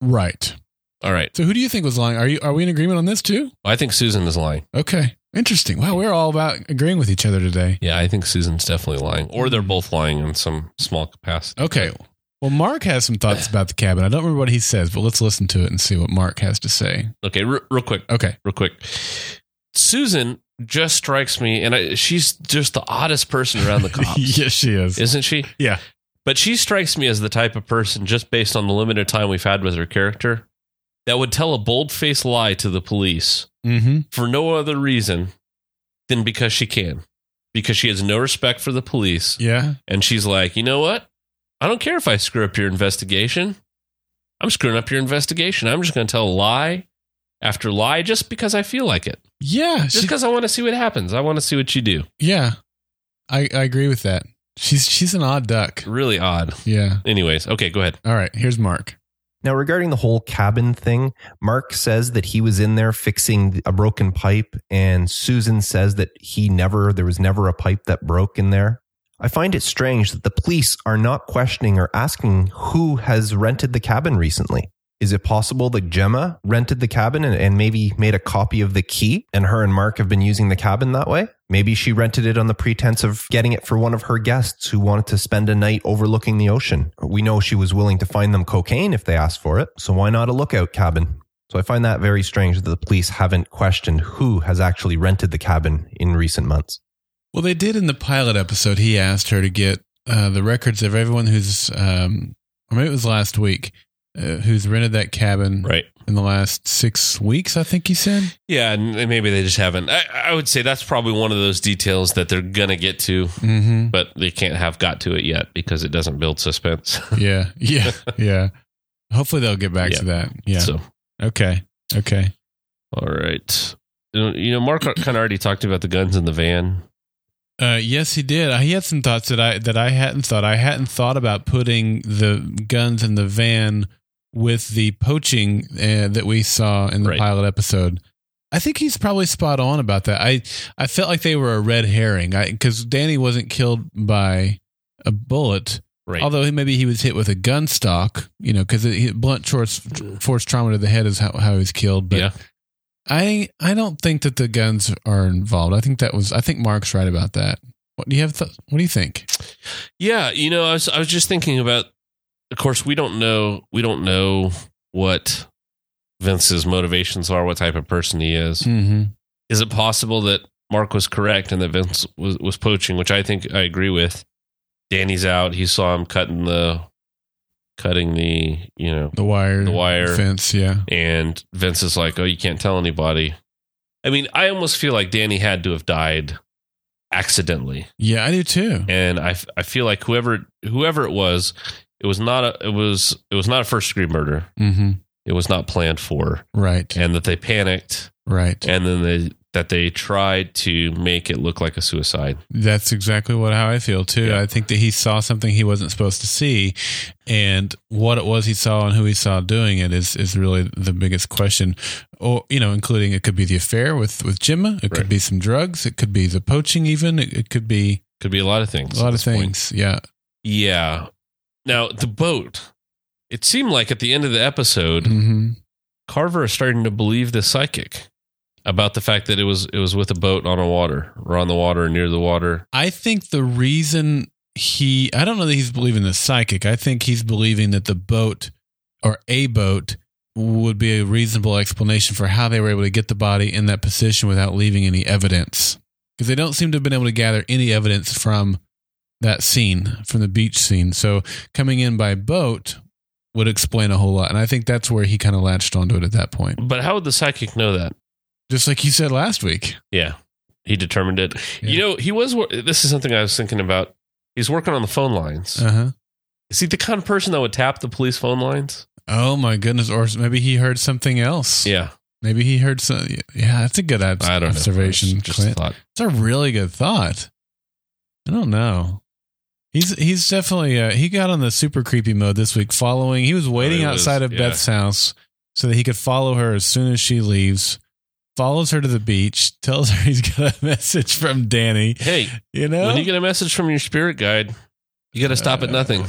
Right.
All right.
So who do you think was lying? Are you are we in agreement on this too?
I think Susan is lying.
Okay. Interesting. Wow, we're all about agreeing with each other today.
Yeah, I think Susan's definitely lying, or
Mm-hmm.
they're both lying in some small capacity.
Okay. Well, Mark has some thoughts about the cabin. I don't remember what he says, but let's listen to it and see what Mark has to say.
Okay, re- real quick,
Okay.
real quick. Susan just strikes me, and I, she's just the oddest person around the cops,
yes, she is.
isn't she?
Yeah.
But she strikes me as the type of person, just based on the limited time we've had with her character, that would tell a bold faced lie to the police
Mm-hmm.
for no other reason than because she can, because she has no respect for the police.
Yeah.
And she's like, you know what? I don't care if I screw up your investigation. I'm screwing up your investigation. I'm just going to tell lie after lie just because I feel like it,
Yeah.
just
She,
because I want to see what happens. I want to see what you do.
yeah. I, I agree with that. She's she's an odd duck.
Really odd.
Yeah.
Anyways, okay, go ahead.
All right. Here's Mark.
Now, regarding the whole cabin thing, Mark says that he was in there fixing a broken pipe, and Susan says that he never, there was never a pipe that broke in there. I find it strange that the police are not questioning or asking who has rented the cabin recently. Is it possible that Gemma rented the cabin and, and maybe made a copy of the key, and her and Mark have been using the cabin that way? Maybe she rented it on the pretense of getting it for one of her guests who wanted to spend a night overlooking the ocean. We know she was willing to find them cocaine if they asked for it, so why not a lookout cabin? So I find that very strange that the police haven't questioned who has actually rented the cabin in recent months.
Well, they did in the pilot episode. He asked her to get uh, the records of everyone who's, um, or maybe it was last week, uh, who's rented that cabin
Right.
in the last six weeks. I think he said.
Yeah, and and maybe they just haven't. I, I would say that's probably one of those details that they're going to get to,
Mm-hmm.
but they can't have got to it yet because it doesn't build suspense.
Yeah, yeah, yeah. Hopefully they'll get back
Yeah.
to that. Yeah.
So
okay. Okay.
All right. You know- You know, Mark kind of already talked about the guns in the van.
Uh, yes, he did. He had some thoughts that I that I hadn't thought. I hadn't thought about putting the guns in the van with the poaching uh, that we saw in the
Right.
pilot episode. I think he's probably spot on about that. I I felt like they were a red herring because Danny wasn't killed by a bullet,
Right.
although he- maybe he was hit with a gun stock. You know, because blunt force force trauma to the head is how how he was killed. But
yeah.
I I don't think that the guns are involved. I think that was I think Mark's right about that. What do you have? Th- what do you think?
Yeah. You know, I was, I was just thinking about, of course, we don't know, we don't know what Vince's motivations are, what type of person he is.
Mm-hmm.
Is it possible that Mark was correct and that Vince was, was poaching, which I think I agree with? Danny's out. He saw him cutting the, cutting the, you know,
The wire,
The wire.
fence. Yeah,
and Vince is like, "Oh, you can't tell anybody." I mean, I almost feel like Danny had to have died accidentally,
yeah, I do too.
and I, f- I feel like whoever whoever it was, it was not a it was it was not a first degree murder.
Mm-hmm.
It was not planned for,
Right,
and that they panicked,
right.
and then they that they tried to make it look like a suicide.
That's exactly what how I feel too.
Yeah.
I think that he saw something he wasn't supposed to see, and what it was he saw and who he saw doing it is is really the biggest question. Or you know, including it could be the affair with with Gemma. It
Right.
could be some drugs. It could be the poaching. Even it, it could be
Could be a lot of things.
a lot
at
of
this point.
things. Yeah.
Yeah. Now the boat. It seemed like at the end of the episode,
Mm-hmm.
Carver is starting to believe the psychic about the fact that it was it was with a boat on a water or on the water or near the water.
I think the reason he I don't know that he's believing the psychic. I think he's believing that the boat or a boat would be a reasonable explanation for how they were able to get the body in that position without leaving any evidence. Because they don't seem to have been able to gather any evidence from that scene, from the beach scene. So coming in by boat would explain a whole lot. And I think that's where he kind of latched onto it at that point.
But how would the psychic know that?
Just like you said last week.
Yeah, he determined it. You
Yeah.
know, he was. wor- This is something I was thinking about. He's working on the phone lines.
Uh huh.
Is he the kind of person that would tap the police phone lines?
Oh my goodness. Or maybe he heard something else.
Yeah,
Maybe he heard some. Yeah, that's a good obs-
I don't know.
observation,
Just a
Clint.
thought.
It's a really good thought. I don't know. He's he's definitely uh, he got on the super creepy mode this week. Following, he was waiting
Oh, he was,
outside of
yeah.
Beth's house so that he could follow her as soon as she leaves. Follows her to the beach. Tells her he's got a message from Danny.
Hey,
You know,
when you get a message from your spirit guide, you got to stop at
Uh,
nothing.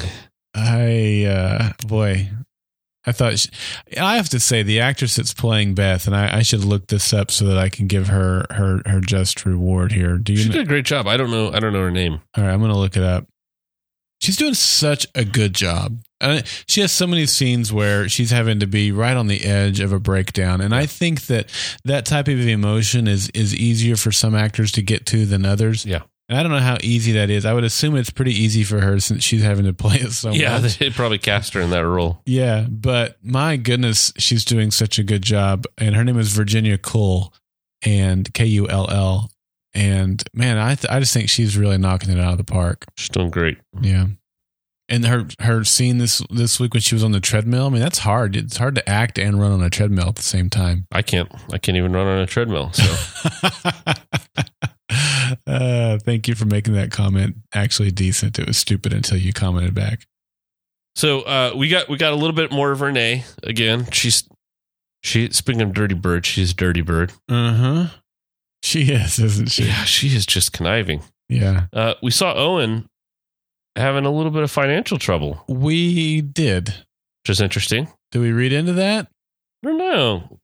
I uh, boy, I thought she, I have to say the actress that's playing Beth, and I, I should look this up so that I can give her her her just reward here. Do you?
She
kn-
did a great job. I don't know. I don't know her name.
All right, I'm gonna look it up. She's doing such a good job. Uh, she has so many scenes where she's having to be right on the edge of a breakdown, and I think that that type of emotion is is easier for some actors to get to than others.
Yeah.
and I don't know how easy that is. I would assume it's pretty easy for her since she's having to play it so
yeah,
much.
they probably cast her in that role.
Yeah, but my goodness, she's doing such a good job. And her name is Virginia Kull and K U L L. And man, I th- I just think she's really knocking it out of the park.
She's doing great.
Yeah. And her her scene this this week when she was on the treadmill, I mean that's hard. It's hard to act and run on a treadmill at the same time.
I can't. I can't even run on a treadmill. So
uh, thank you for making that comment. Actually decent. It was stupid until you commented back.
So uh, we got we got a little bit more of Renee again. She's she speaking of Dirty Bird, she's Dirty Bird.
Uh huh. She is, isn't she?
Yeah, she is just conniving.
yeah.
Uh, we saw Owen having a little bit of financial trouble,
We did.
which is interesting.
Do we read into that?
I don't know.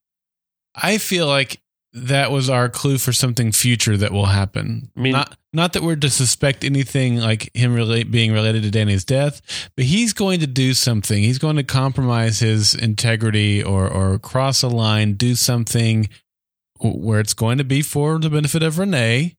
I feel like that was our clue for something future that will happen.
I mean-
not not that we're to suspect anything like him relate, being related to Danny's death, but he's going to do something. He's going to compromise his integrity or or cross a line, do something w- where it's going to be for the benefit of Renee.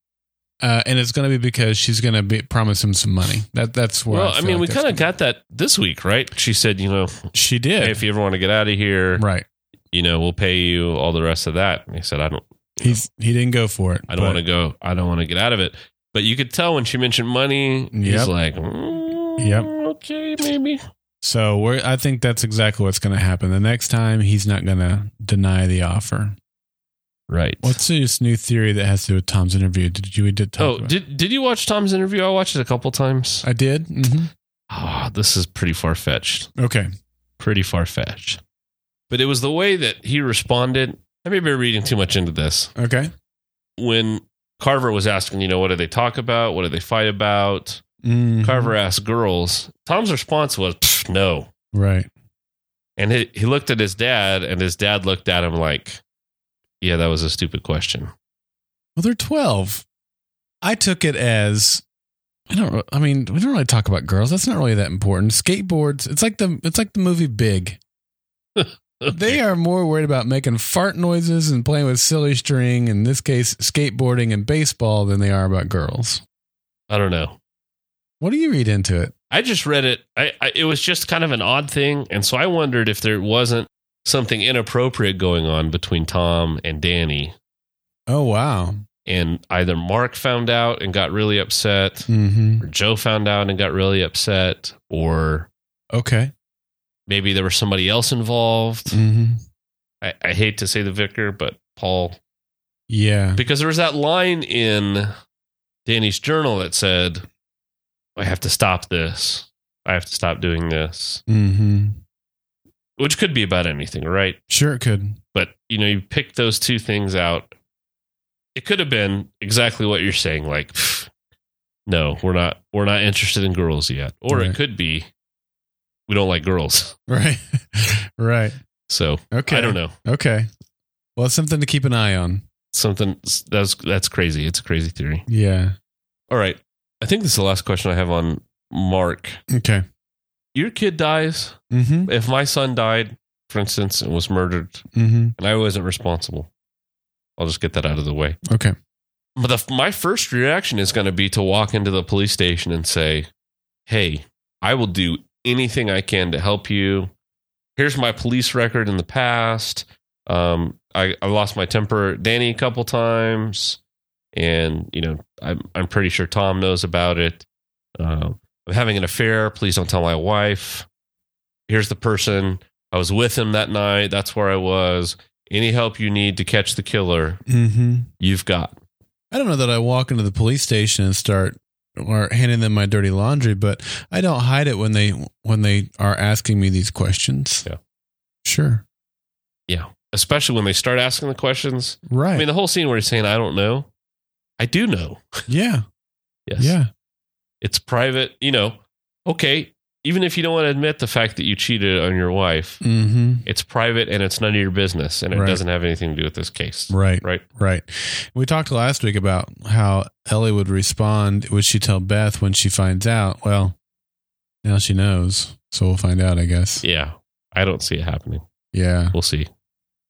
Uh, and it's going to be because she's going to be, promise him some money. That that's where.
well, I,
feel
mean,
like
we
that's
kind of
gonna-
got that this week, right? She said, you know,
She did
hey, if you ever want to get out of here,
right.
you know, we'll pay you all the rest of that. And he said, I don't,
He's he didn't go for it.
I don't
but-
want to go. I don't want to get out of it. But you could tell when she mentioned money, he's
Yep.
like, mm,
Yep.
okay, maybe.
So we're, I think that's exactly what's going to happen. The next time, he's not going to deny the offer.
Right.
What's this new theory that has to do with Tom's interview? Did you we did talk
Oh,
about-
did did you watch Tom's interview? I watched it a couple times.
I did? hmm
Ah, this is pretty far fetched.
Okay.
Pretty far fetched. But it was the way that he responded. I may be reading too much into this.
Okay.
When Carver was asking, you know, what do they talk about? What do they fight about?
Mhm.
Carver asked girls. Tom's response was "Pfft, no.
Right.
And he, he looked at his dad, and his dad looked at him like, yeah, that was a stupid question.
Well, they're 12. I took it as. I don't. re- I mean, we don't really talk about girls. That's not really that important. Skateboards. It's like the. It's like the movie Big. They are more worried about making fart noises and playing with silly string. In this case, skateboarding and baseball, than they are about girls.
I don't know.
What do you read into it?
I just read it. I, I it was just kind of an odd thing, and so I wondered if there wasn't something inappropriate going on between Tom and Danny,
Oh wow.
and either Mark found out and got really upset,
Mm-hmm.
or Joe found out and got really upset, or
Okay.
maybe there was somebody else involved.
Mm-hmm.
I, I hate to say the vicar, but Paul,
Yeah.
because there was that line in Danny's journal that said, "I have to stop this. I have to stop doing this,"
Mm-hmm.
which could be about anything, right?
Sure, it could.
but you know you pick those two things out it could have been exactly what you're saying like pff, no we're not we're not interested in girls yet or it
Right.
could be we don't like girls
Right. right.
so
Okay.
i don't know
Okay. Well, it's something to keep an eye on.
something that's that's crazy it's a crazy theory
Yeah.
all right i think this is the last question i have on mark.
Okay.
Your kid dies.
Mm-hmm.
If my son died, for instance, and was murdered,
Mm-hmm.
and I wasn't responsible, I'll just get that out of the way.
Okay.
But the, my first reaction is going to be to walk into the police station and say, Hey, I will do anything I can to help you. Here's my police record in the past. Um, I, I lost my temper, Danny, a couple times. And, you know, I'm, I'm pretty sure Tom knows about it. Um, I'm having an affair. Please don't tell my wife. Here's the person. I was with him that night. That's where I was. Any help you need to catch the killer,
Mm-hmm.
you've got.
I don't know that I walk into the police station and start or handing them my dirty laundry, but I don't hide it when they when they are asking me these questions.
Yeah.
Sure.
especially when they start asking the questions.
Right.
I mean, the whole scene where he's saying, I don't know, I do know.
yeah.
Yes.
Yeah.
It's private, you know. Okay. Even if you don't want to admit the fact that you cheated on your wife,
Mm-hmm.
it's private and it's none of your business and it
Right.
doesn't have anything to do with this case.
Right.
Right.
Right. We talked last week about how Ellie would respond. Would she tell Beth when she finds out? Well, now she knows. So we'll find out, I guess.
Yeah. I don't see it happening.
Yeah.
We'll see.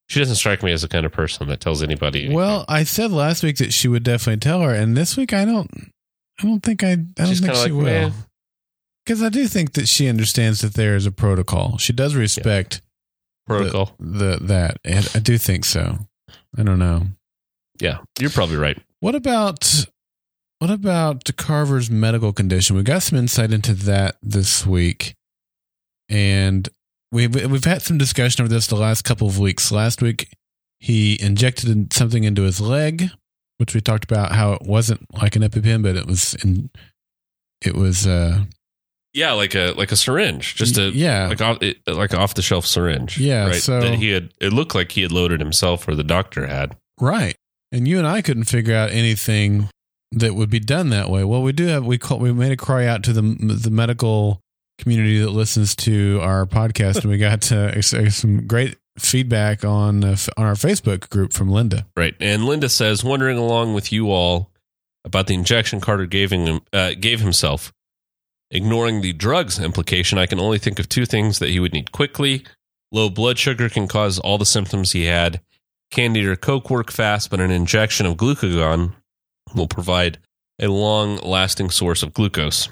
She doesn't strike me as the kind of person that tells anybody. anything.
Well, I said last week that she would definitely tell her, and this week I don't. I don't think I. I don't
She's
think
kinda
she
like,
will.
"Meh."
Because I do think that she understands that there is a protocol. She does respect
protocol.
the that. And I do think so. I don't know.
yeah. You're probably right.
What about what about Carver's medical condition? We got some insight into that this week, and we've we've had some discussion over this the last couple of weeks. Last week, he injected in- something into his leg, which we talked about how it wasn't like an epipen, but it was in it was uh
Yeah. Like a, like a syringe, just a,
yeah
like off it, like off the shelf syringe.
Yeah,
right.
so-
that he had it looked like he had loaded himself or the doctor had.
Right. And you and I couldn't figure out anything that would be done that way. Well, we do have we call, we made a cry out to the the medical community that listens to our podcast, and we got uh, some great feedback on uh, f- on our Facebook group from Linda.
Right. And Linda says, wondering along with you all about the injection Carter gave him uh, gave himself. Ignoring the drugs implication, I can only think of two things that he would need quickly. Low blood sugar can cause all the symptoms he had. Candy or coke work fast, but an injection of glucagon will provide a long lasting source of glucose.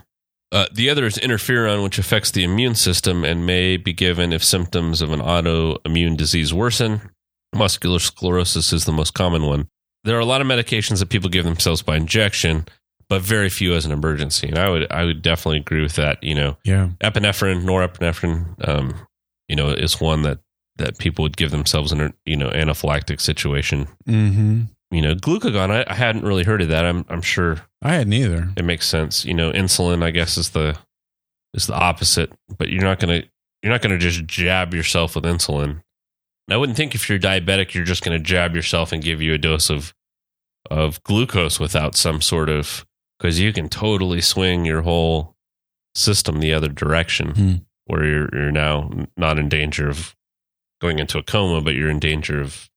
Uh, the other is interferon, which affects the immune system and may be given if symptoms of an autoimmune disease worsen. Muscular sclerosis is the most common one. There are a lot of medications that people give themselves by injection, but very few as an emergency. And I would I would definitely agree with that. You know,
Yeah.
epinephrine, norepinephrine, um, you know, is one that that people would give themselves in a you know anaphylactic situation.
Mm-hmm.
You know, glucagon. I, I hadn't really heard of that. I'm I'm sure
I had neither.
it makes sense. You know, insulin, I guess, is the is the opposite, but you're not gonna you're not gonna just jab yourself with insulin. And I wouldn't think if you're diabetic, you're just gonna jab yourself and give you a dose of of glucose without some sort of because you can totally swing your whole system the other direction
Hmm.
where you're you're now not in danger of going into a coma, but you're in danger of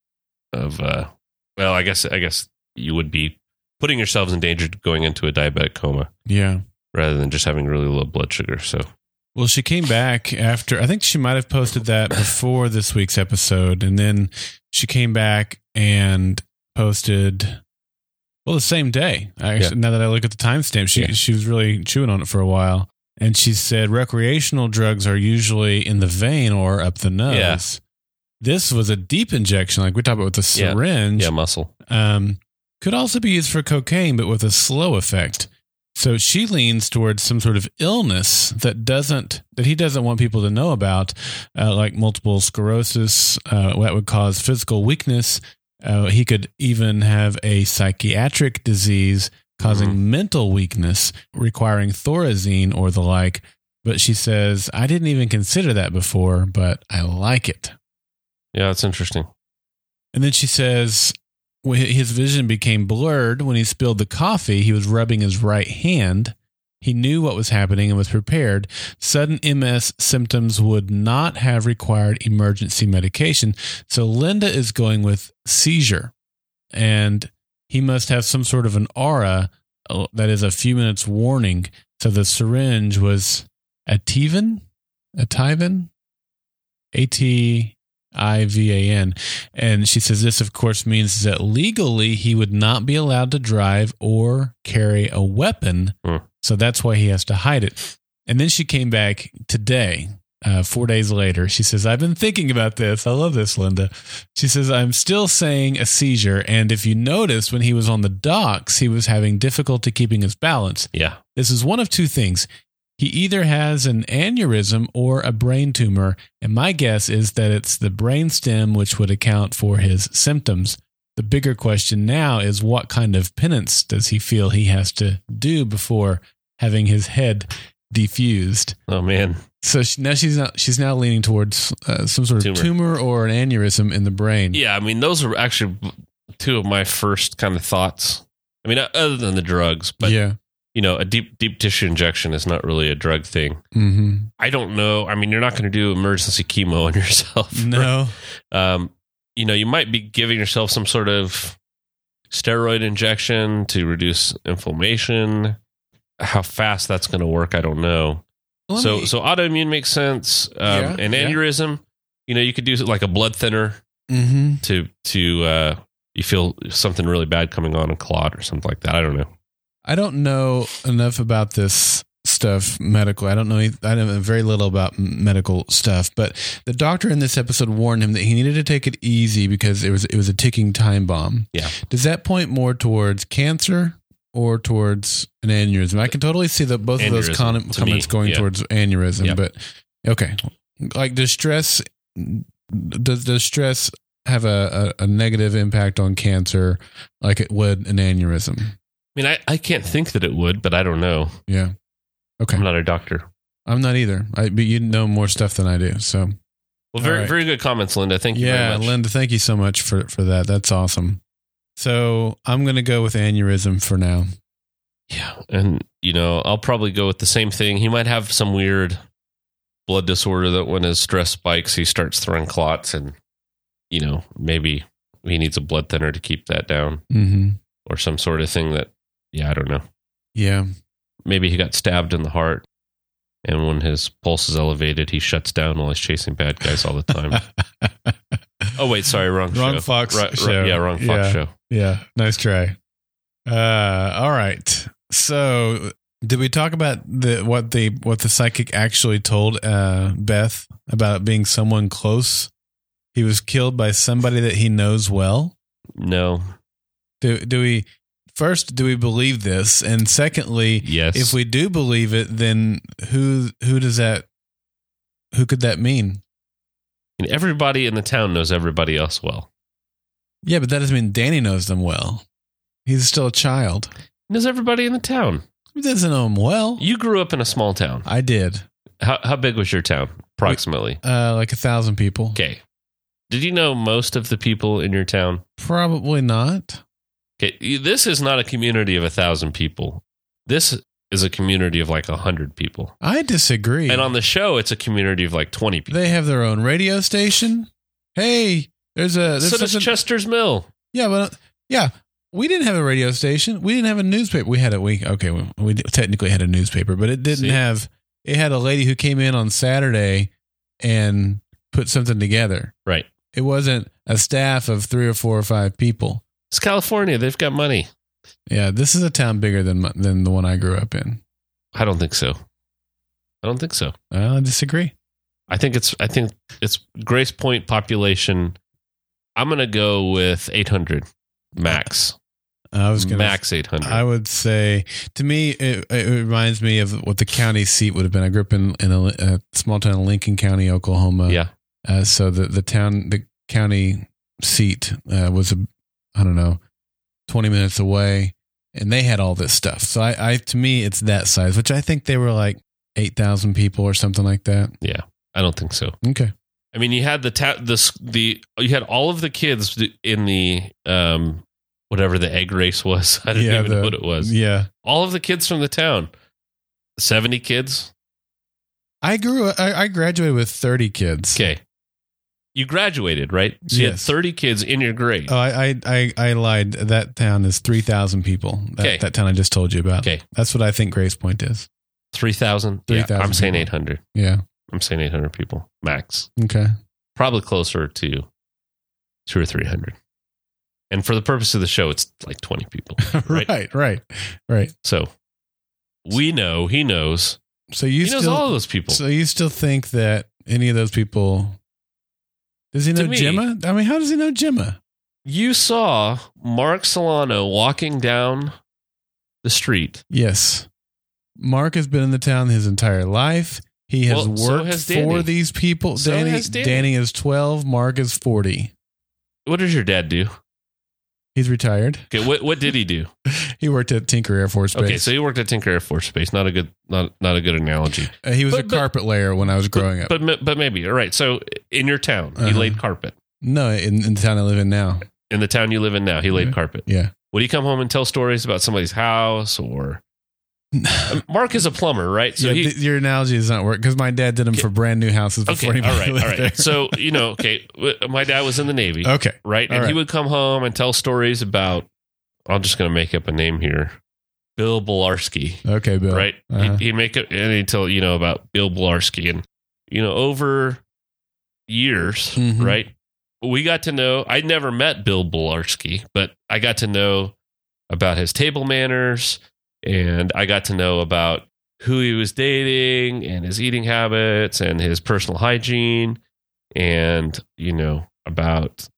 of uh well, I guess I guess you would be putting yourselves in danger to going into a diabetic coma
Yeah.
rather than just having really low blood sugar. So
Well, she came back after, I think she might have posted that before this week's episode. And then she came back and posted, well, the same day. I
Yeah.
actually, Now that I look at the timestamp, she,
Yeah.
she was really chewing on it for a while. And she said recreational drugs are usually in the vein or up the nose.
Yeah.
This was a deep injection, like we talked about with the
Yeah.
syringe
yeah, muscle.
um, could also be used for cocaine, but with a slow effect. So she leans towards some sort of illness that doesn't that he doesn't want people to know about, uh, like multiple sclerosis, uh, that would cause physical weakness. Uh, he could even have a psychiatric disease causing mental weakness, requiring thorazine or the like. But she says, "I didn't even consider that before, but I like it."
Yeah, that's interesting.
And then she says, when his vision became blurred when he spilled the coffee. He was rubbing his right hand. He knew what was happening and was prepared. Sudden MS symptoms would not have required emergency medication. So Linda is going with seizure. And he must have some sort of an aura uh, that is a few minutes warning So the syringe was Ativan, Ativan, A T I V A N. And she says this, of course, means that legally he would not be allowed to drive or carry a weapon.
Hmm.
So that's why he has to hide it. And then she came back today, uh, four days later. She says, I've been thinking about this. I love this, Linda. She says, I'm still saying a seizure. And if you noticed, when he was on the docks, he was having difficulty keeping his balance.
Yeah.
This is one of two things. He either has an aneurysm or a brain tumor, and my guess is that it's the brain stem which would account for his symptoms. The bigger question now is what kind of penance does he feel he has to do before having his head defused?
Oh man.
So she, now she's not, she's now leaning towards uh, some sort of
Tumor.
tumor. or an aneurysm in the brain.
Yeah, I mean, those are actually two of my first kind of thoughts. I mean, other than the drugs, but
yeah.
you know, a deep deep tissue injection is not really a drug thing.
Mm-hmm.
I don't know. I mean, you're not going to do emergency chemo on yourself. right?
No.
Um, you know, you might be giving yourself some sort of steroid injection to reduce inflammation. How fast that's going to work, I don't know.
Let
so
me-
so autoimmune makes sense. Um,
Yeah,
an
yeah.
aneurysm, you know, you could do like a blood thinner
Mhm.
to to uh you feel something really bad coming on a clot or something like that. I don't know.
I don't know enough about this stuff medical. I don't know. e- I know very little about m- medical stuff, but the doctor in this episode warned him that he needed to take it easy because it was it was a ticking time bomb.
Yeah.
Does that point more towards cancer or towards an aneurysm? I can totally see that both of those
Aneurysm,
con-
to
comments
me,
going
yeah.
towards aneurysm,
Yeah.
but okay. Like does stress does does stress have a, a, a negative impact on cancer like it would an aneurysm?
I mean, I, I can't think that it would, but I don't know.
Yeah. Okay.
I'm not a doctor.
I'm not either. I, but you know more stuff than I do. So
Well, very
All right.
very good comments, Linda. Thank you
yeah,
very much.
Linda, thank you so much for for that. That's awesome. So I'm gonna go with aneurysm for now.
Yeah, and you know, I'll probably go with the same thing. He might have some weird blood disorder that when his stress spikes, he starts throwing clots, and you know, maybe he needs a blood thinner to keep that down,
Mm-hmm.
or some sort of thing that. Yeah, I don't know.
Yeah.
Maybe he got stabbed in the heart, and when his pulse is elevated, he shuts down while he's chasing bad guys all the time. oh wait, sorry, wrong,
Wrong
show.
Fox
Ri- ri-
show.
yeah, wrong Fox
Yeah.
show.
yeah. Nice try. Uh, all right. So did we talk about the what the what the psychic actually told uh, Beth about it being someone close? He was killed by somebody that he knows well.
No,
Do do we first do we believe this, and secondly,
yes,
if we do believe it, then who who does that who could that mean?
and everybody in the town knows everybody else well.
Yeah, but that doesn't mean Danny knows them well. He's still a child.
Knows everybody in the town.
He doesn't know him well.
You grew up in a small town.
I did,
How, how big was your town, approximately?
uh, like a thousand people.
Okay. Did you know most of the people in your town?
Probably not.
Okay, you- this is not a community of a thousand people. This is a community of like a hundred people.
I disagree.
And on the show, it's a community of like twenty people.
they have their own radio station. Hey, there's a there's
so does
such an-
Chester's Mill.
Yeah, but uh, yeah, we didn't have a radio station. We didn't have a newspaper. We had a we okay. We, we technically had a newspaper, but it didn't
See?
have. It had a lady who came in on Saturday and put something together.
Right.
It wasn't a staff of three or four or five people.
It's California. They've got money.
Yeah, this is a town bigger than my- than the one I grew up in.
I don't think so. I don't think so.
Well, I disagree.
I think it's I think it's Grace Point population. I'm gonna go with eight hundred max.
I was gonna.
max eight hundred.
I would say to me, it, it reminds me of what the county seat would have been. I grew up in, in a, a small town in Lincoln County, Oklahoma.
Yeah.
Uh, so the, the town, the county seat uh, was, a, I don't know, 20 minutes away and they had all this stuff. So I, I, to me, it's that size, which I think they were like 8,000 people or something like that.
I don't think so.
Okay.
I mean, you had the ta- the s- the you had all of the kids in the um whatever the egg race was. I don't
Yeah,
even
the-
know what it was.
Yeah.
All of the kids from the town, seventy kids.
I grew, I, I graduated with 30 kids.
Okay, you graduated right, so you had
Yes.
thirty kids in your grade.
Oh, I, I I I lied. That town is three thousand people. That,
Okay.
that town I just told you about.
Okay.
that's what I think Grace Point is.
3,000? Yeah,
3,000
I'm saying
people.
800.
Yeah.
I'm saying 800 people max.
Okay.
Probably closer to two or 300. And for the purpose of the show, it's like 20 people. Right.
right. Right. Right.
So we know, he knows.
So you
he knows
still
all of those people.
so you still think that any of those people? Does he
To
know
me-
Gemma? I mean, how does he know Gemma?
you saw Mark Solano walking down the street.
Yes. Mark has been in the town his entire life. He has
Well, so
worked
has
for
Danny.
these people.
So
Danny,
has Danny.
Danny is 12. Mark is 40.
What does your dad do?
He's retired.
Okay, what what did he do?
He worked at Tinker Air Force Base.
Okay, so he worked at Tinker Air Force Base. Not a good not not a good analogy.
Uh, he was
But-
a
but-
carpet layer when I was growing up.
But ma- but maybe. All right. So in your town, he
Uh-huh.
laid carpet.
no, in, in the town I live in now.
In the town you live in now, he laid
Yeah.
carpet.
Yeah.
Would he come home and tell stories about somebody's house or Um, Mark is a plumber, right? So
yeah
he
th- your analogy does not work because my dad did them for brand new houses
Okay,
before he
all right, all
lived
right.
there.
So, you know, okay, w- my dad was in the Navy.
okay.
right? And
All
he
right.
would come home and tell stories about. I'm just going to make up a name here, Bill Bolarski,
Okay, Bill.
right?
Uh-huh.
He'd, he'd make it and he'd tell you know about Bill Bolarski, and you know over years,
Mhm.
right? We got to know. I never met Bill Bolarski, but I got to know about his table manners, and I got to know about who he was dating and his eating habits and his personal hygiene and you know about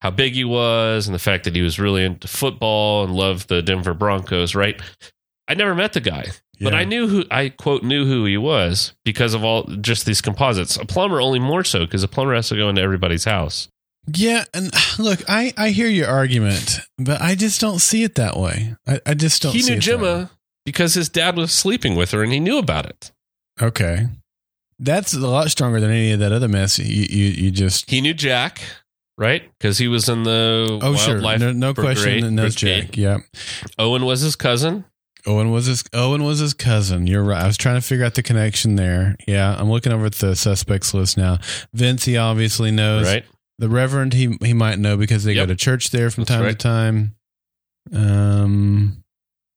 how big he was and the fact that he was really into football and loved the Denver Broncos, right? I never met the guy, but
Yeah.
I knew who I quote knew who he was because of all just these composites. A plumber only more so because a plumber has to go into everybody's house.
Yeah, and look, I I hear your argument, but I just don't see it that way. I, I just don't.
he
see
knew
it that way.
Gemma because his dad was sleeping with her and he knew about it.
Okay, that's a lot stronger than any of that other mess you you, you just.
He knew Jack, right? Because he was in the
Oh sure,
wildlife.
no, no
brigade-
question, and no
brigade.
Jack. Yeah,
Owen was his cousin.
Owen was his Owen was his cousin. You're right. I was trying to figure out the connection there. Yeah, I'm looking over at the suspects list now. Vince, he obviously knows.
right?
The Reverend, he he might know because they go
Yep.
to church there from
That's
time
right.
to time. Um,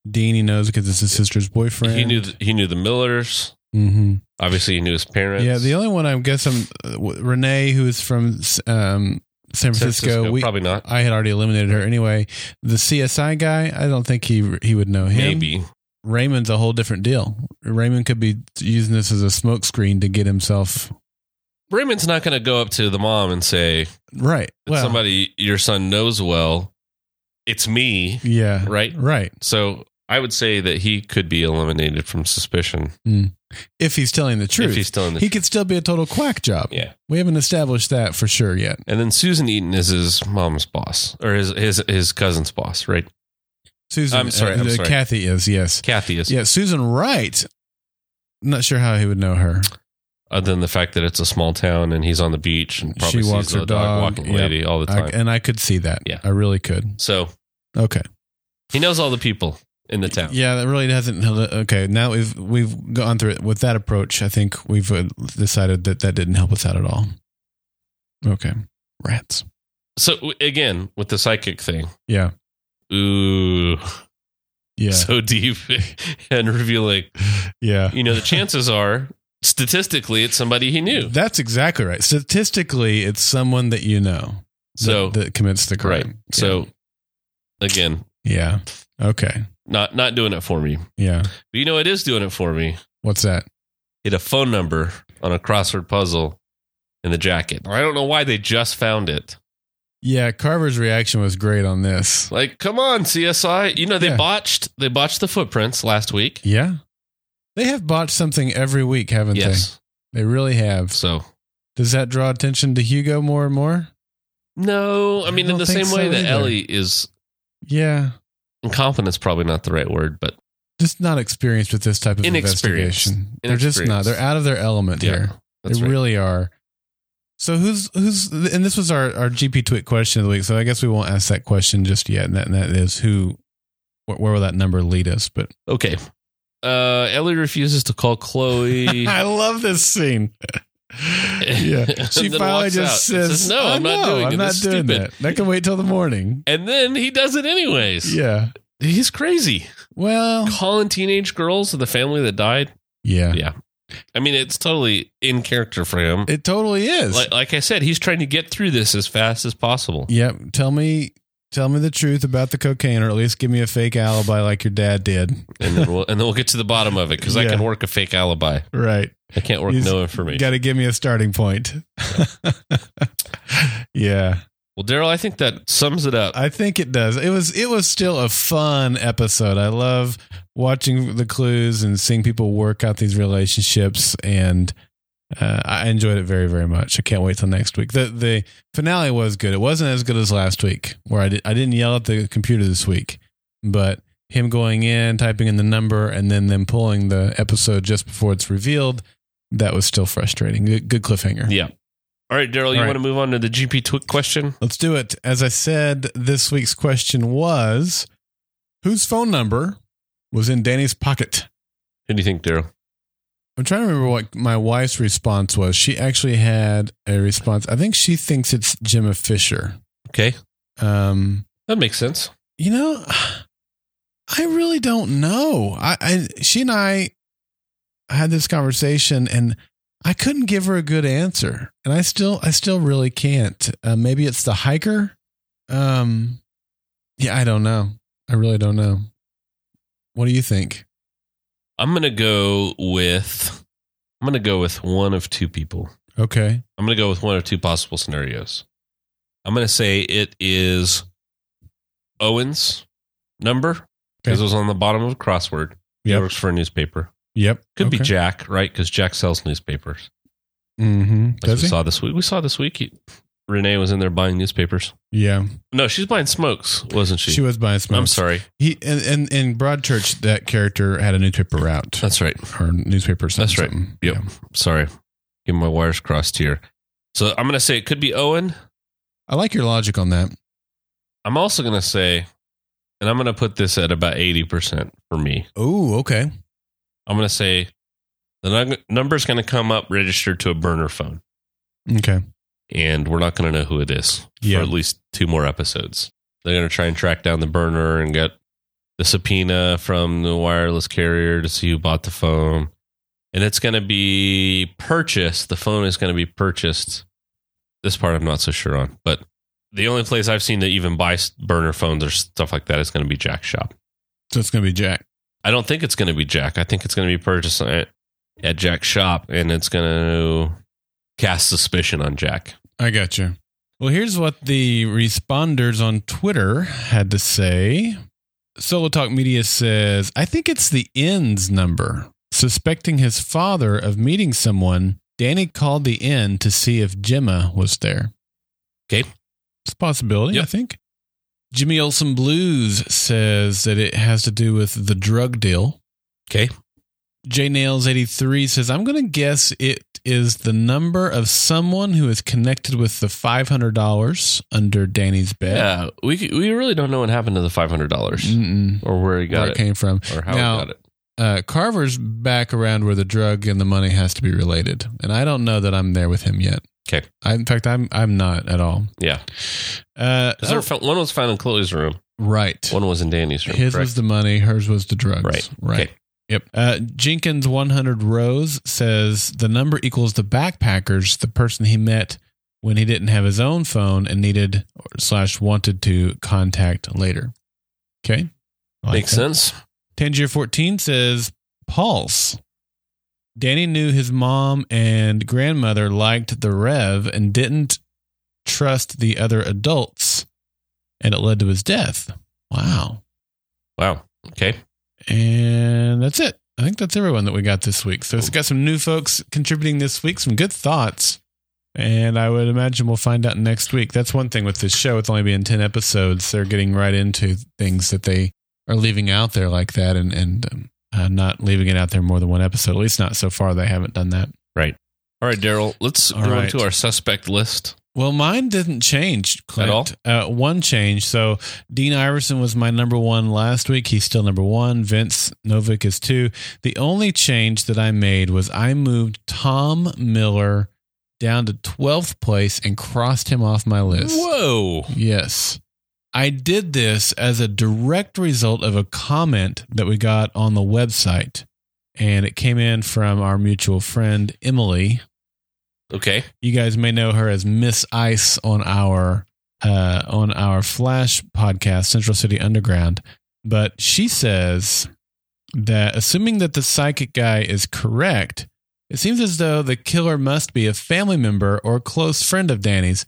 Dean, he knows because it's his sister's boyfriend.
He knew th- he knew the Millers.
hmm
Obviously, he knew his parents.
Yeah, the only one I guess I'm uh, w- Renee, who is from um, San Francisco.
San Francisco,
we,
probably not.
I had already eliminated her anyway. The CSI guy, I don't think he he would know him.
Maybe
Raymond's a whole different deal. Raymond could be using this as a smokescreen to get himself
Raymond's not going to go up to the mom and say,
right. Well,
"Somebody your son knows well, it's me."
yeah,
Right?
right.
So I would say that he could be eliminated from suspicion
If he's telling the truth,
if he's still in the.
he could still be a total quack job.
yeah.
We haven't established that for sure yet.
And then Susan Eaton is his mom's boss or his his his cousin's boss, right?
Susan,
I'm sorry, I'm
uh,
sorry.
Kathy is yes,
Kathy is.
yeah. Susan Wright. Not sure how he would know her.
Other than the fact that it's a small town and he's on the beach and probably
She
sees
walks
the
her
dog
dog.
walking
Yep.
lady all the
I,
time.
and I could see that.
Yeah.
I really could.
so
Okay.
he knows all the people in the town.
Yeah, that really hasn't. held it- Okay, now we've we've gone through it with that approach. I think we've uh, decided that that didn't help us out at all. Okay, rats.
So w- again, with the psychic thing,
Yeah,
ooh,
yeah,
so deep and revealing.
yeah.
You know, the chances are, statistically, it's somebody he knew.
That's exactly right. Statistically, it's someone that you know that,
So
that commits the crime.
right. So again,
yeah. Okay.
not not doing it for me. But
Yeah.
you know, it is doing it for me.
What's that?
Hit a phone number on a crossword puzzle in the jacket. I don't know why they just found it.
Yeah, Carver's reaction was great on this.
Like, come on, CSI. You know, they
Yeah.
botched they botched the footprints last week.
Yeah. They have botched something every week, haven't
Yes.
they? They really have.
So
Does that draw attention to Hugo more and more?
no,
I
I mean, in
don't
the
think
same way
so
that
either.
Ellie is
Yeah.
incompetent's probably not the right word, but
Just not experienced with this type of
Inexperienced.
investigation. They're just not.
Inexperienced.
They're out of their element
yeah,
here.
that's
they
right.
really are. So who's who's and this was our our GP tweet question of the week. So I guess we won't ask that question just yet. And that, and that is who, wh- where will that number lead us? But
Okay. Uh, Ellie refuses to call Chloe.
I love this scene. yeah,
And
she finally
then walks
just
out and
says,
says, "No,
"Oh,
I'm not doing
I'm
it.
not
This is
doing
stupid."
that. That can wait till the morning."
and then he does it anyways.
Yeah.
He's crazy.
Well, Oh.
Calling teenage girls of the family that died.
Yeah.
Yeah. I mean, it's totally in character for him.
It totally is.
Like, like I said, he's trying to get through this as fast as possible.
yep. Tell me tell me the truth about the cocaine or at least give me a fake alibi like your dad did.
And then we'll, and then we'll get to the bottom of it because I
Yeah.
can work a fake alibi.
Right.
I can't work
He's
no information.
Got to give me a starting point. yeah.
well, Daryl, I think that sums it up.
I think it does. It was it was still a fun episode. I love watching the clues and seeing people work out these relationships, and uh, I enjoyed it very very much. I can't wait till next week. the The finale was good. It wasn't as good as last week, where I did, I didn't yell at the computer this week, but him going in, typing in the number, and then them pulling the episode just before it's revealed. That was still frustrating. Good, good cliffhanger.
yeah. All right, Daryl, you
All right.
want to move on to the GP Twig question?
Let's do it. As I said, this week's question was whose phone number was in Danny's pocket?
Who do you think, Daryl?
I'm trying to remember what my wife's response was. She actually had a response. I think she thinks it's Gemma Fisher.
Okay.
Um,
That makes sense.
you know, I really don't know. I, I she and I had this conversation, and I couldn't give her a good answer, and I still, I still really can't. Uh, maybe it's the hiker. Um, yeah, I don't know. I really don't know. What do you think?
I'm gonna go with I'm gonna go with one of two people.
Okay,
I'm gonna go with one of two possible scenarios. I'm gonna say it is Owen's number because
Okay.
it was on the bottom of a crossword. He
Yep.
works for a newspaper.
yep,
Could be Jack, right? Because Jack sells newspapers.
Mm-hmm.
As
Does
we
he?
saw this week. We saw this week. He, Renee was in there buying newspapers.
Yeah,
No, she's buying smokes, wasn't she?
she, was buying smokes.
I'm sorry.
He and, and in Broadchurch, that character had a newspaper route
That's right.
or newspaper.
That's right.
something.
Yep. Sorry. Getting my wires crossed here. So I'm gonna say it could be Owen.
I like your logic on that.
I'm also going to say, and I'm going to put this at about 80% for me.
Oh, okay.
I'm going to say the num- number's going to come up registered to a burner phone,
Okay.
and we're not going to know who it is
Yeah.
for at least two more episodes. They're going to try and track down the burner and get the subpoena from the wireless carrier to see who bought the phone. And it's going to be purchased. The phone is going to be purchased. This part I'm not so sure on, but the only place I've seen to even buy s- burner phones or stuff like that is going to be Jack's shop.
So it's going to be Jack.
I don't think it's going to be Jack. I think it's going to be purchased at, at Jack's shop, and it's going to cast suspicion on Jack.
I got you. Well, here's what the responders on Twitter had to say. Solo Talk Media says, I think it's the ends number. Suspecting his father of meeting someone, Danny called the inn to see if Gemma was there.
Okay.
It's a possibility,
Yep.
I think. Jimmy Olsen Blues says that it has to do with the drug deal.
Okay.
J Nails 83 says, I'm going to guess it is the number of someone who is connected with the $500 under Danny's bed.
Yeah, we we really don't know what happened to the five hundred dollars
Mm-mm.
or where he
where
got
it
it,
came from.
or how
Now-
he got it.
Uh, Carver's back around where the drug and the money has to be related. And I don't know that I'm there with him yet.
Okay.
I, in fact, I'm I'm not at all.
Yeah,
Uh,
because one was found in Chloe's room,
oh, right.
one was in Danny's room.
His
correct?
was the money, hers was the drugs.
Right.
Right.
Okay.
Yep. Uh, Jenkins 100 Rose says the number equals the backpackers, the person he met when he didn't have his own phone and needed or slash wanted to contact later. Okay. I like
makes
that.
sense.
Tangier 14 says Pulse. Danny knew his mom and grandmother liked the Rev and didn't trust the other adults, and it led to his death. Wow.
Wow. Okay.
And that's it. I think that's everyone that we got this week. So it's got some new folks contributing this week, some good thoughts. And I would imagine we'll find out next week. That's one thing with this show. It's only being 10 episodes. They're getting right into things that they are leaving out there like that and, and um, uh, not leaving it out there more than one episode. At least not so far. They haven't done that.
All right, Daryl. Let's
All
go
right.
to our suspect list.
Well, mine didn't change Clint.
all?
Uh, one change. So Dean Iverson was my number one last week. He's still number one. Vince Novick is two. The only change that I made was I moved Tom Miller down to 12th place and crossed him off my list.
Whoa.
Yes. I did this as a direct result of a comment that we got on the website and it came in from our mutual friend Emily.
Okay.
You guys may know her as Miss Ice on our uh, on our Flash podcast, Central City Underground. But she says that assuming that the psychic guy is correct, it seems as though the killer must be a family member or close friend of Danny's.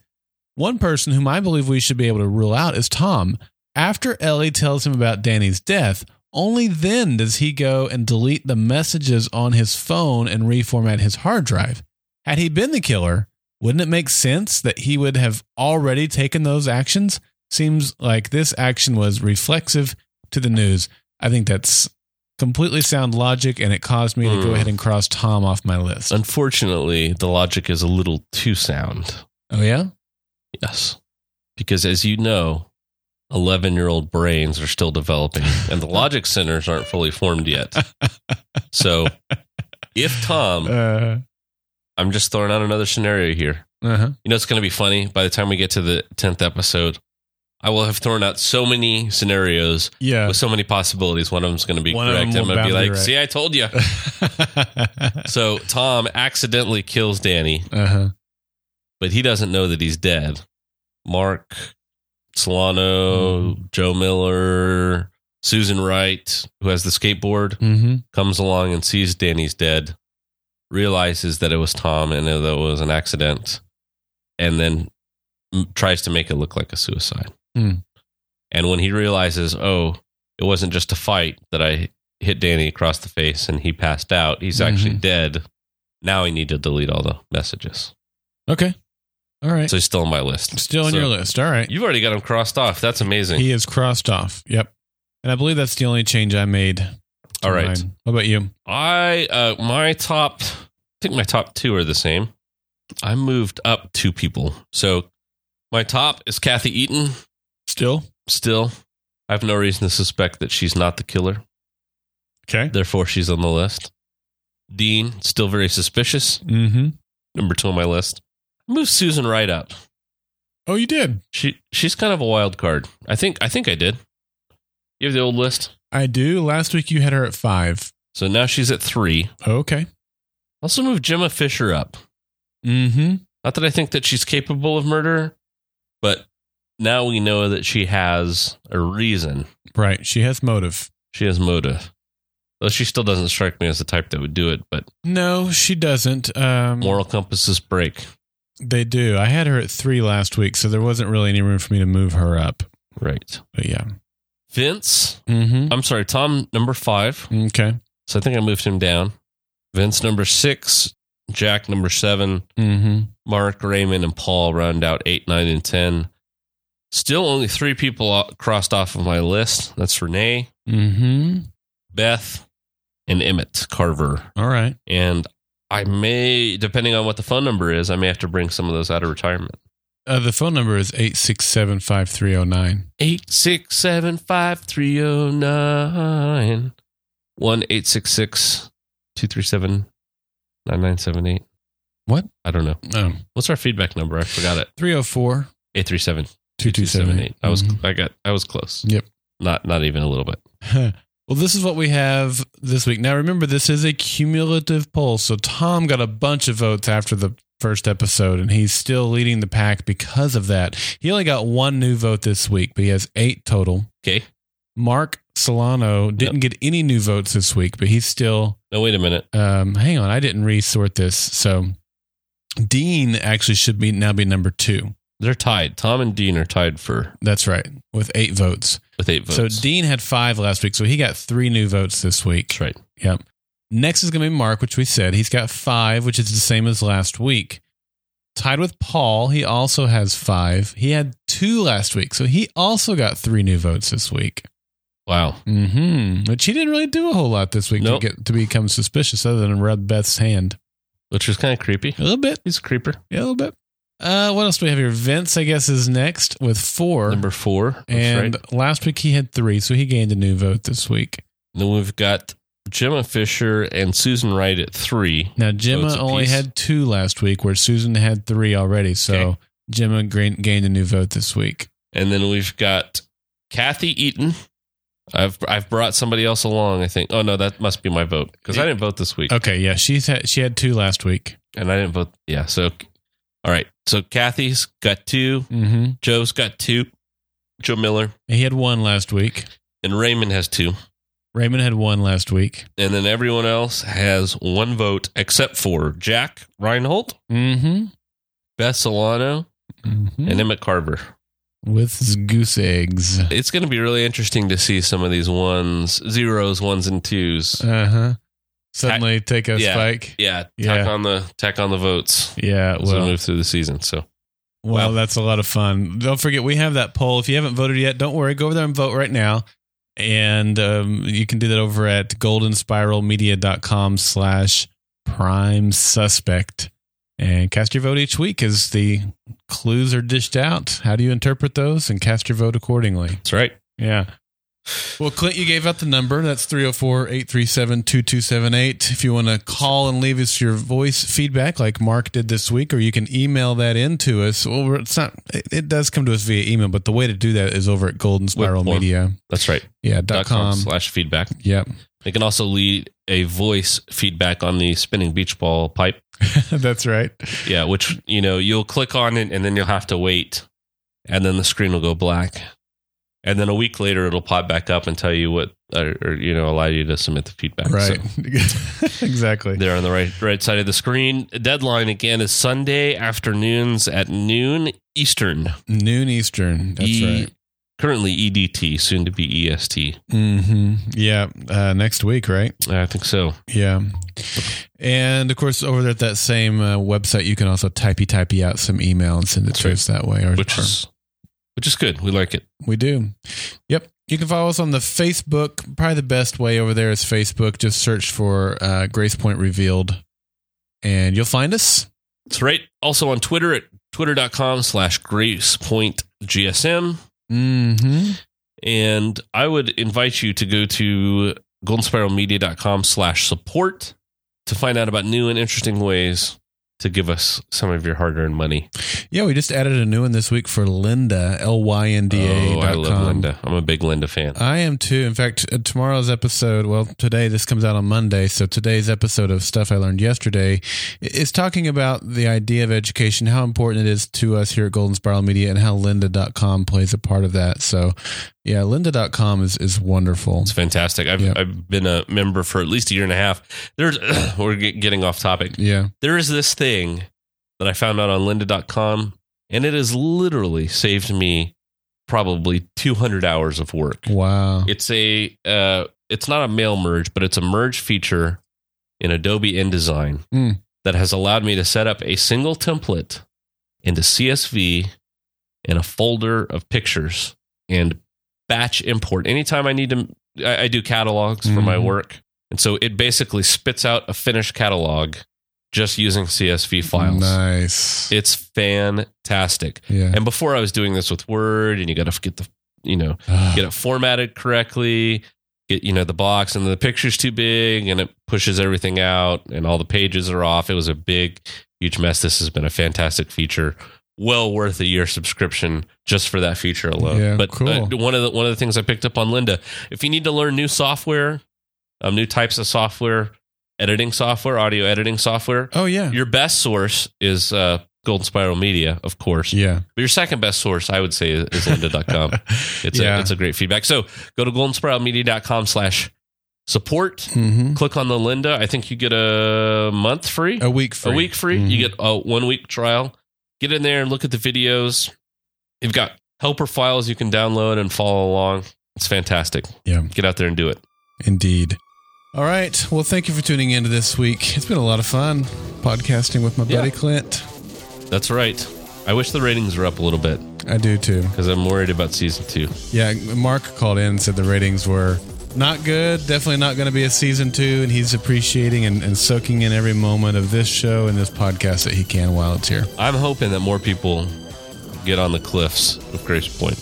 One person whom I believe we should be able to rule out is Tom. After Ellie tells him about Danny's death, only then does he go and delete the messages on his phone and reformat his hard drive. Had he been the killer, wouldn't it make sense that he would have already taken those actions? Seems like this action was reflexive to the news. I think that's completely sound logic, and it caused me to go
Hmm.
ahead and cross Tom off my list.
Unfortunately, the logic is a little too sound.
Oh, yeah?
Yes. Because as you know, 11 year old brains are still developing and the logic centers aren't fully formed yet. So if Tom,
Uh
I'm just throwing out another scenario here.
huh.
You know, it's going to be funny. By the time we get to the 10th episode, I will have thrown out so many scenarios
Yeah.
with so many possibilities. One of them's going to be
One of them
correct. I'm
will
going to be
bound be
like,
right.
see, I told you.
uh
So Tom accidentally kills Danny.
huh.
but he doesn't know that he's dead. Mark Solano, Joe Miller, Susan Wright, who has the skateboard,
Mm-hmm.
comes along and sees Danny's dead, realizes that it was Tom and that it was an accident, and then m- tries to make it look like a suicide.
Hmm.
And when he realizes, oh, it wasn't just a fight that I hit Danny across the face and he passed out, he's actually dead. Now I need to delete all the messages.
Okay. All right.
So he's still on my list.
Still on
So
your list. All right.
You've already got him crossed off. That's amazing.
He is crossed off. Yep. And I believe that's the only change I made. to
All right.
mine. What about you?
I uh my top I think my top two are the same. I moved up two people. So my top is Kathy Eaton
Still?
still. I have no reason to suspect that she's not the killer.
Okay.
Therefore she's on the list. Dean, still very suspicious.
Mm-hmm.
Number two on my list. I moved Susan Wright up.
Oh, you did.
She she's kind of a wild card. I think I think I did. You have the old list.
I do. Last week you had her at five.
So now she's at three.
Okay.
Also moved Gemma Fisher up.
Mm-hmm.
Not that I think that she's capable of murder, but now we know that she has a reason.
Right. She has motive.
She has motive. Though she still doesn't strike me as the type that would do it, but
No, she doesn't. Um,
moral compasses break.
They do. I had her at three last week, so there wasn't really any room for me to move her up.
Right.
But yeah.
Vince,
Mm-hmm.
I'm sorry, Tom, number five.
Okay.
So I think I moved him down. Vince, number six. Jack, number seven.
Mm-hmm.
Mark, Raymond, and Paul round out eight, nine, and 10. Still only three people o- crossed off of my list. That's Renee,
Mm-hmm.
Beth, and Emmett Carver.
All right.
And I may, depending on what the phone number is, I may have to bring some of those out of retirement.
Uh, the phone number is eight six seven five three zero nine.
Eight six seven five three zero nine one eight six six two three seven nine nine seven eight.
What?
I don't know.
Oh.
What's our feedback number? I forgot it.
304
Eight three seven
2278.
I was.
Mhm.
I got. I was close.
Yep.
Not. Not even a little bit.
Huh. Mm-hmm. Well, this is what we have this week. Now, remember, this is a cumulative poll. So, Tom got a bunch of votes after the first episode, and he's still leading the pack because of that. He only got one new vote this week, but he has eight total.
Okay.
Mark Solano didn't get any new votes this week, but he's still.
No. Wait a minute.
Um, hang on, I didn't resort this. So, Dean actually should be now be number two.
They're tied. Tom and Dean are tied for
That's right, with eight votes.
with eight votes.
So Dean had five last week, so he got three new votes this week.
That's right.
Yep. Next is going to be Mark, which we said he's got five, which is the same as last week. Tied with Paul, he also has five. He had two last week, so he also got three new votes this week.
Wow.
Mm-hmm. Which he didn't really do a whole lot this week
Nope.
to get to become suspicious, other than rub Beth's hand
Which is kind of creepy.
a little bit,
He's a creeper.
yeah, a little bit. Uh, what else do we have here? Vince, I guess, is next with four.
Number four. That's
and
right.
last week he had three, so he gained a new vote this week.
Then we've got Gemma Fisher and Susan Wright at three.
Now Gemma
Votes
only
apiece.
had two last week, where Susan had three already. So
Okay.
Gemma gain- gained a new vote this week.
And then we've got Kathy Eaton I've I've brought somebody else along. I think. Oh no, that must be my vote because I didn't vote this week,
Okay, yeah, she's had, she had two last week.
and I didn't vote. Yeah. So, all right. So Kathy's got two.
Mm-hmm.
Joe's got two. Joe Miller
He had one last week.
and Raymond has two,
Raymond had one last week.
and then everyone else has one vote except for Jack Reinhold,
Mm-hmm.
Beth Solano,
mm-hmm.
and Emmett Carver.
With his goose eggs.
It's going to be really interesting to see some of these ones, zeros, ones, and twos.
Uh huh. Suddenly take a
Uh-huh. yeah.
spike.
Yeah, tack
Yeah.
on the tack on the votes
Yeah.
as we
Well,
move through the season. So
well, that's a lot of fun. Don't forget, we have that poll. If you haven't voted yet, don't worry. Go over there and vote right now. And um, you can do that over at goldenspiralmedia.com slash prime suspect. And cast your vote each week as the clues are dished out. How do you interpret those? And cast your vote accordingly.
that's right.
Yeah. Well, Clint, you gave out the number. That's 304 837 2278. If you want to call and leave us your voice feedback like Mark did this week, or you can email that in to us. Well, we're- it's not, it, it does come to us via email, but the way to do that is over at Golden Spiral
form.
Media.
That's right.
Yeah, dot
Dot com
com.
slash feedback.
Yep.
They can also lead a voice feedback on the spinning beach ball pipe.
That's right.
Yeah, which you know you'll click on it and then you'll have to wait, and then the screen will go black, and then a week later it'll pop back up and tell you what or, or you know allow you to submit the feedback.
Right.
So
exactly.
they're on the right right side of the screen. Deadline again is Sunday afternoons at noon Eastern.
Noon Eastern. That's
E-
right.
Currently EDT, soon to be E EST.
hmm Yeah. Uh, next week, right?
I think so.
Yeah. And of course, over there at that same uh, website, you can also typey typey out some email and send it
That's
to
right.
us that way. Or,
Which is which is good. We like it.
or- we do. Yep. You can follow us on the Facebook. Probably the best way over there is Facebook. Just search for uh, Grace Point Revealed, and you'll find us.
That's right. Also on Twitter at twitter.com slash gracepointgsm.
Mm-hmm.
And I would invite you to go to goldenspiralmedia.com slash support to find out about new and interesting ways to give us some of your hard earned money.
Yeah, we just added a new one this week for Linda L Y N D A.
Oh, I love Linda. I'm a big Linda fan.
I am too. In fact, uh, tomorrow's episode, well, today, this comes out on Monday. So today's episode of Stuff I Learned Yesterday i- is talking about the idea of education, how important it is to us here at Golden Spiral Media, and how lynda.com plays a part of that. So, yeah, lynda.com is, is wonderful.
It's fantastic. I've,
Yeah.
I've been a member for at least a year and a half. There's we're get- getting off topic.
Yeah.
there is this thing that I found out on lynda.com and it has literally saved me probably 200 hours of work.
Wow.
It's a uh, it's not a mail merge, but it's a merge feature in Adobe InDesign
Hmm.
that has allowed me to set up a single template into CSV and a folder of pictures and batch import anytime I need to I, I do catalogs for my
Mhm.
work. And so it basically spits out a finished catalog just using CSV files.
Nice.
It's fantastic.
yeah.
And before I was doing this with Word and you got to get the you know get it formatted correctly get you know the box and the picture's too big and it pushes everything out and all the pages are off it was a big huge mess this has been a fantastic feature well worth a year subscription just for that feature alone
Yeah,
but uh,
cool.
one of the one of the things i picked up on linda if you need to learn new software um, new types of software editing software audio editing software
oh, yeah.
your best source is uh, golden spiral media of course
Yeah.
but your second best source i would say is, is lynda.com it's
yeah.
a it's a great feedback. So go to goldenspiralmedia.com slash support.
hmm
Click on the Linda. I think you get a month free,
a week free.
a week free.
Mhm.
You get a one week trial. Get in there and look at the videos. You've got helper files you can download and follow along. It's fantastic.
Yeah.
Get out there and do it.
Indeed. All right. Well, thank you for tuning in to this week. It's been a lot of fun podcasting with my buddy
Yeah.
Clint.
That's right. I wish the ratings were up a little bit
I do too.
because I'm worried about season two.
Yeah, Mark called in and said the ratings were not good. Definitely not going to be a season two, and he's appreciating and, and soaking in every moment of this show and this podcast that he can while it's here.
I'm hoping that more people get on the cliffs of Grace Point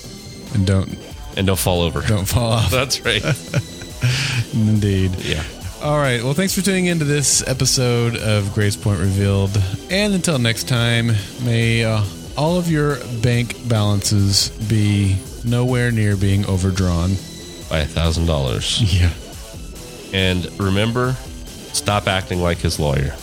And don't
and don't fall over.
don't fall off.
That's right.
Indeed.
Yeah.
All right. Well, thanks for tuning in to this episode of Grace Point Revealed. And until next time, may uh, all of your bank balances be nowhere near being overdrawn.
by a thousand dollars.
Yeah.
And remember, stop acting like his lawyer.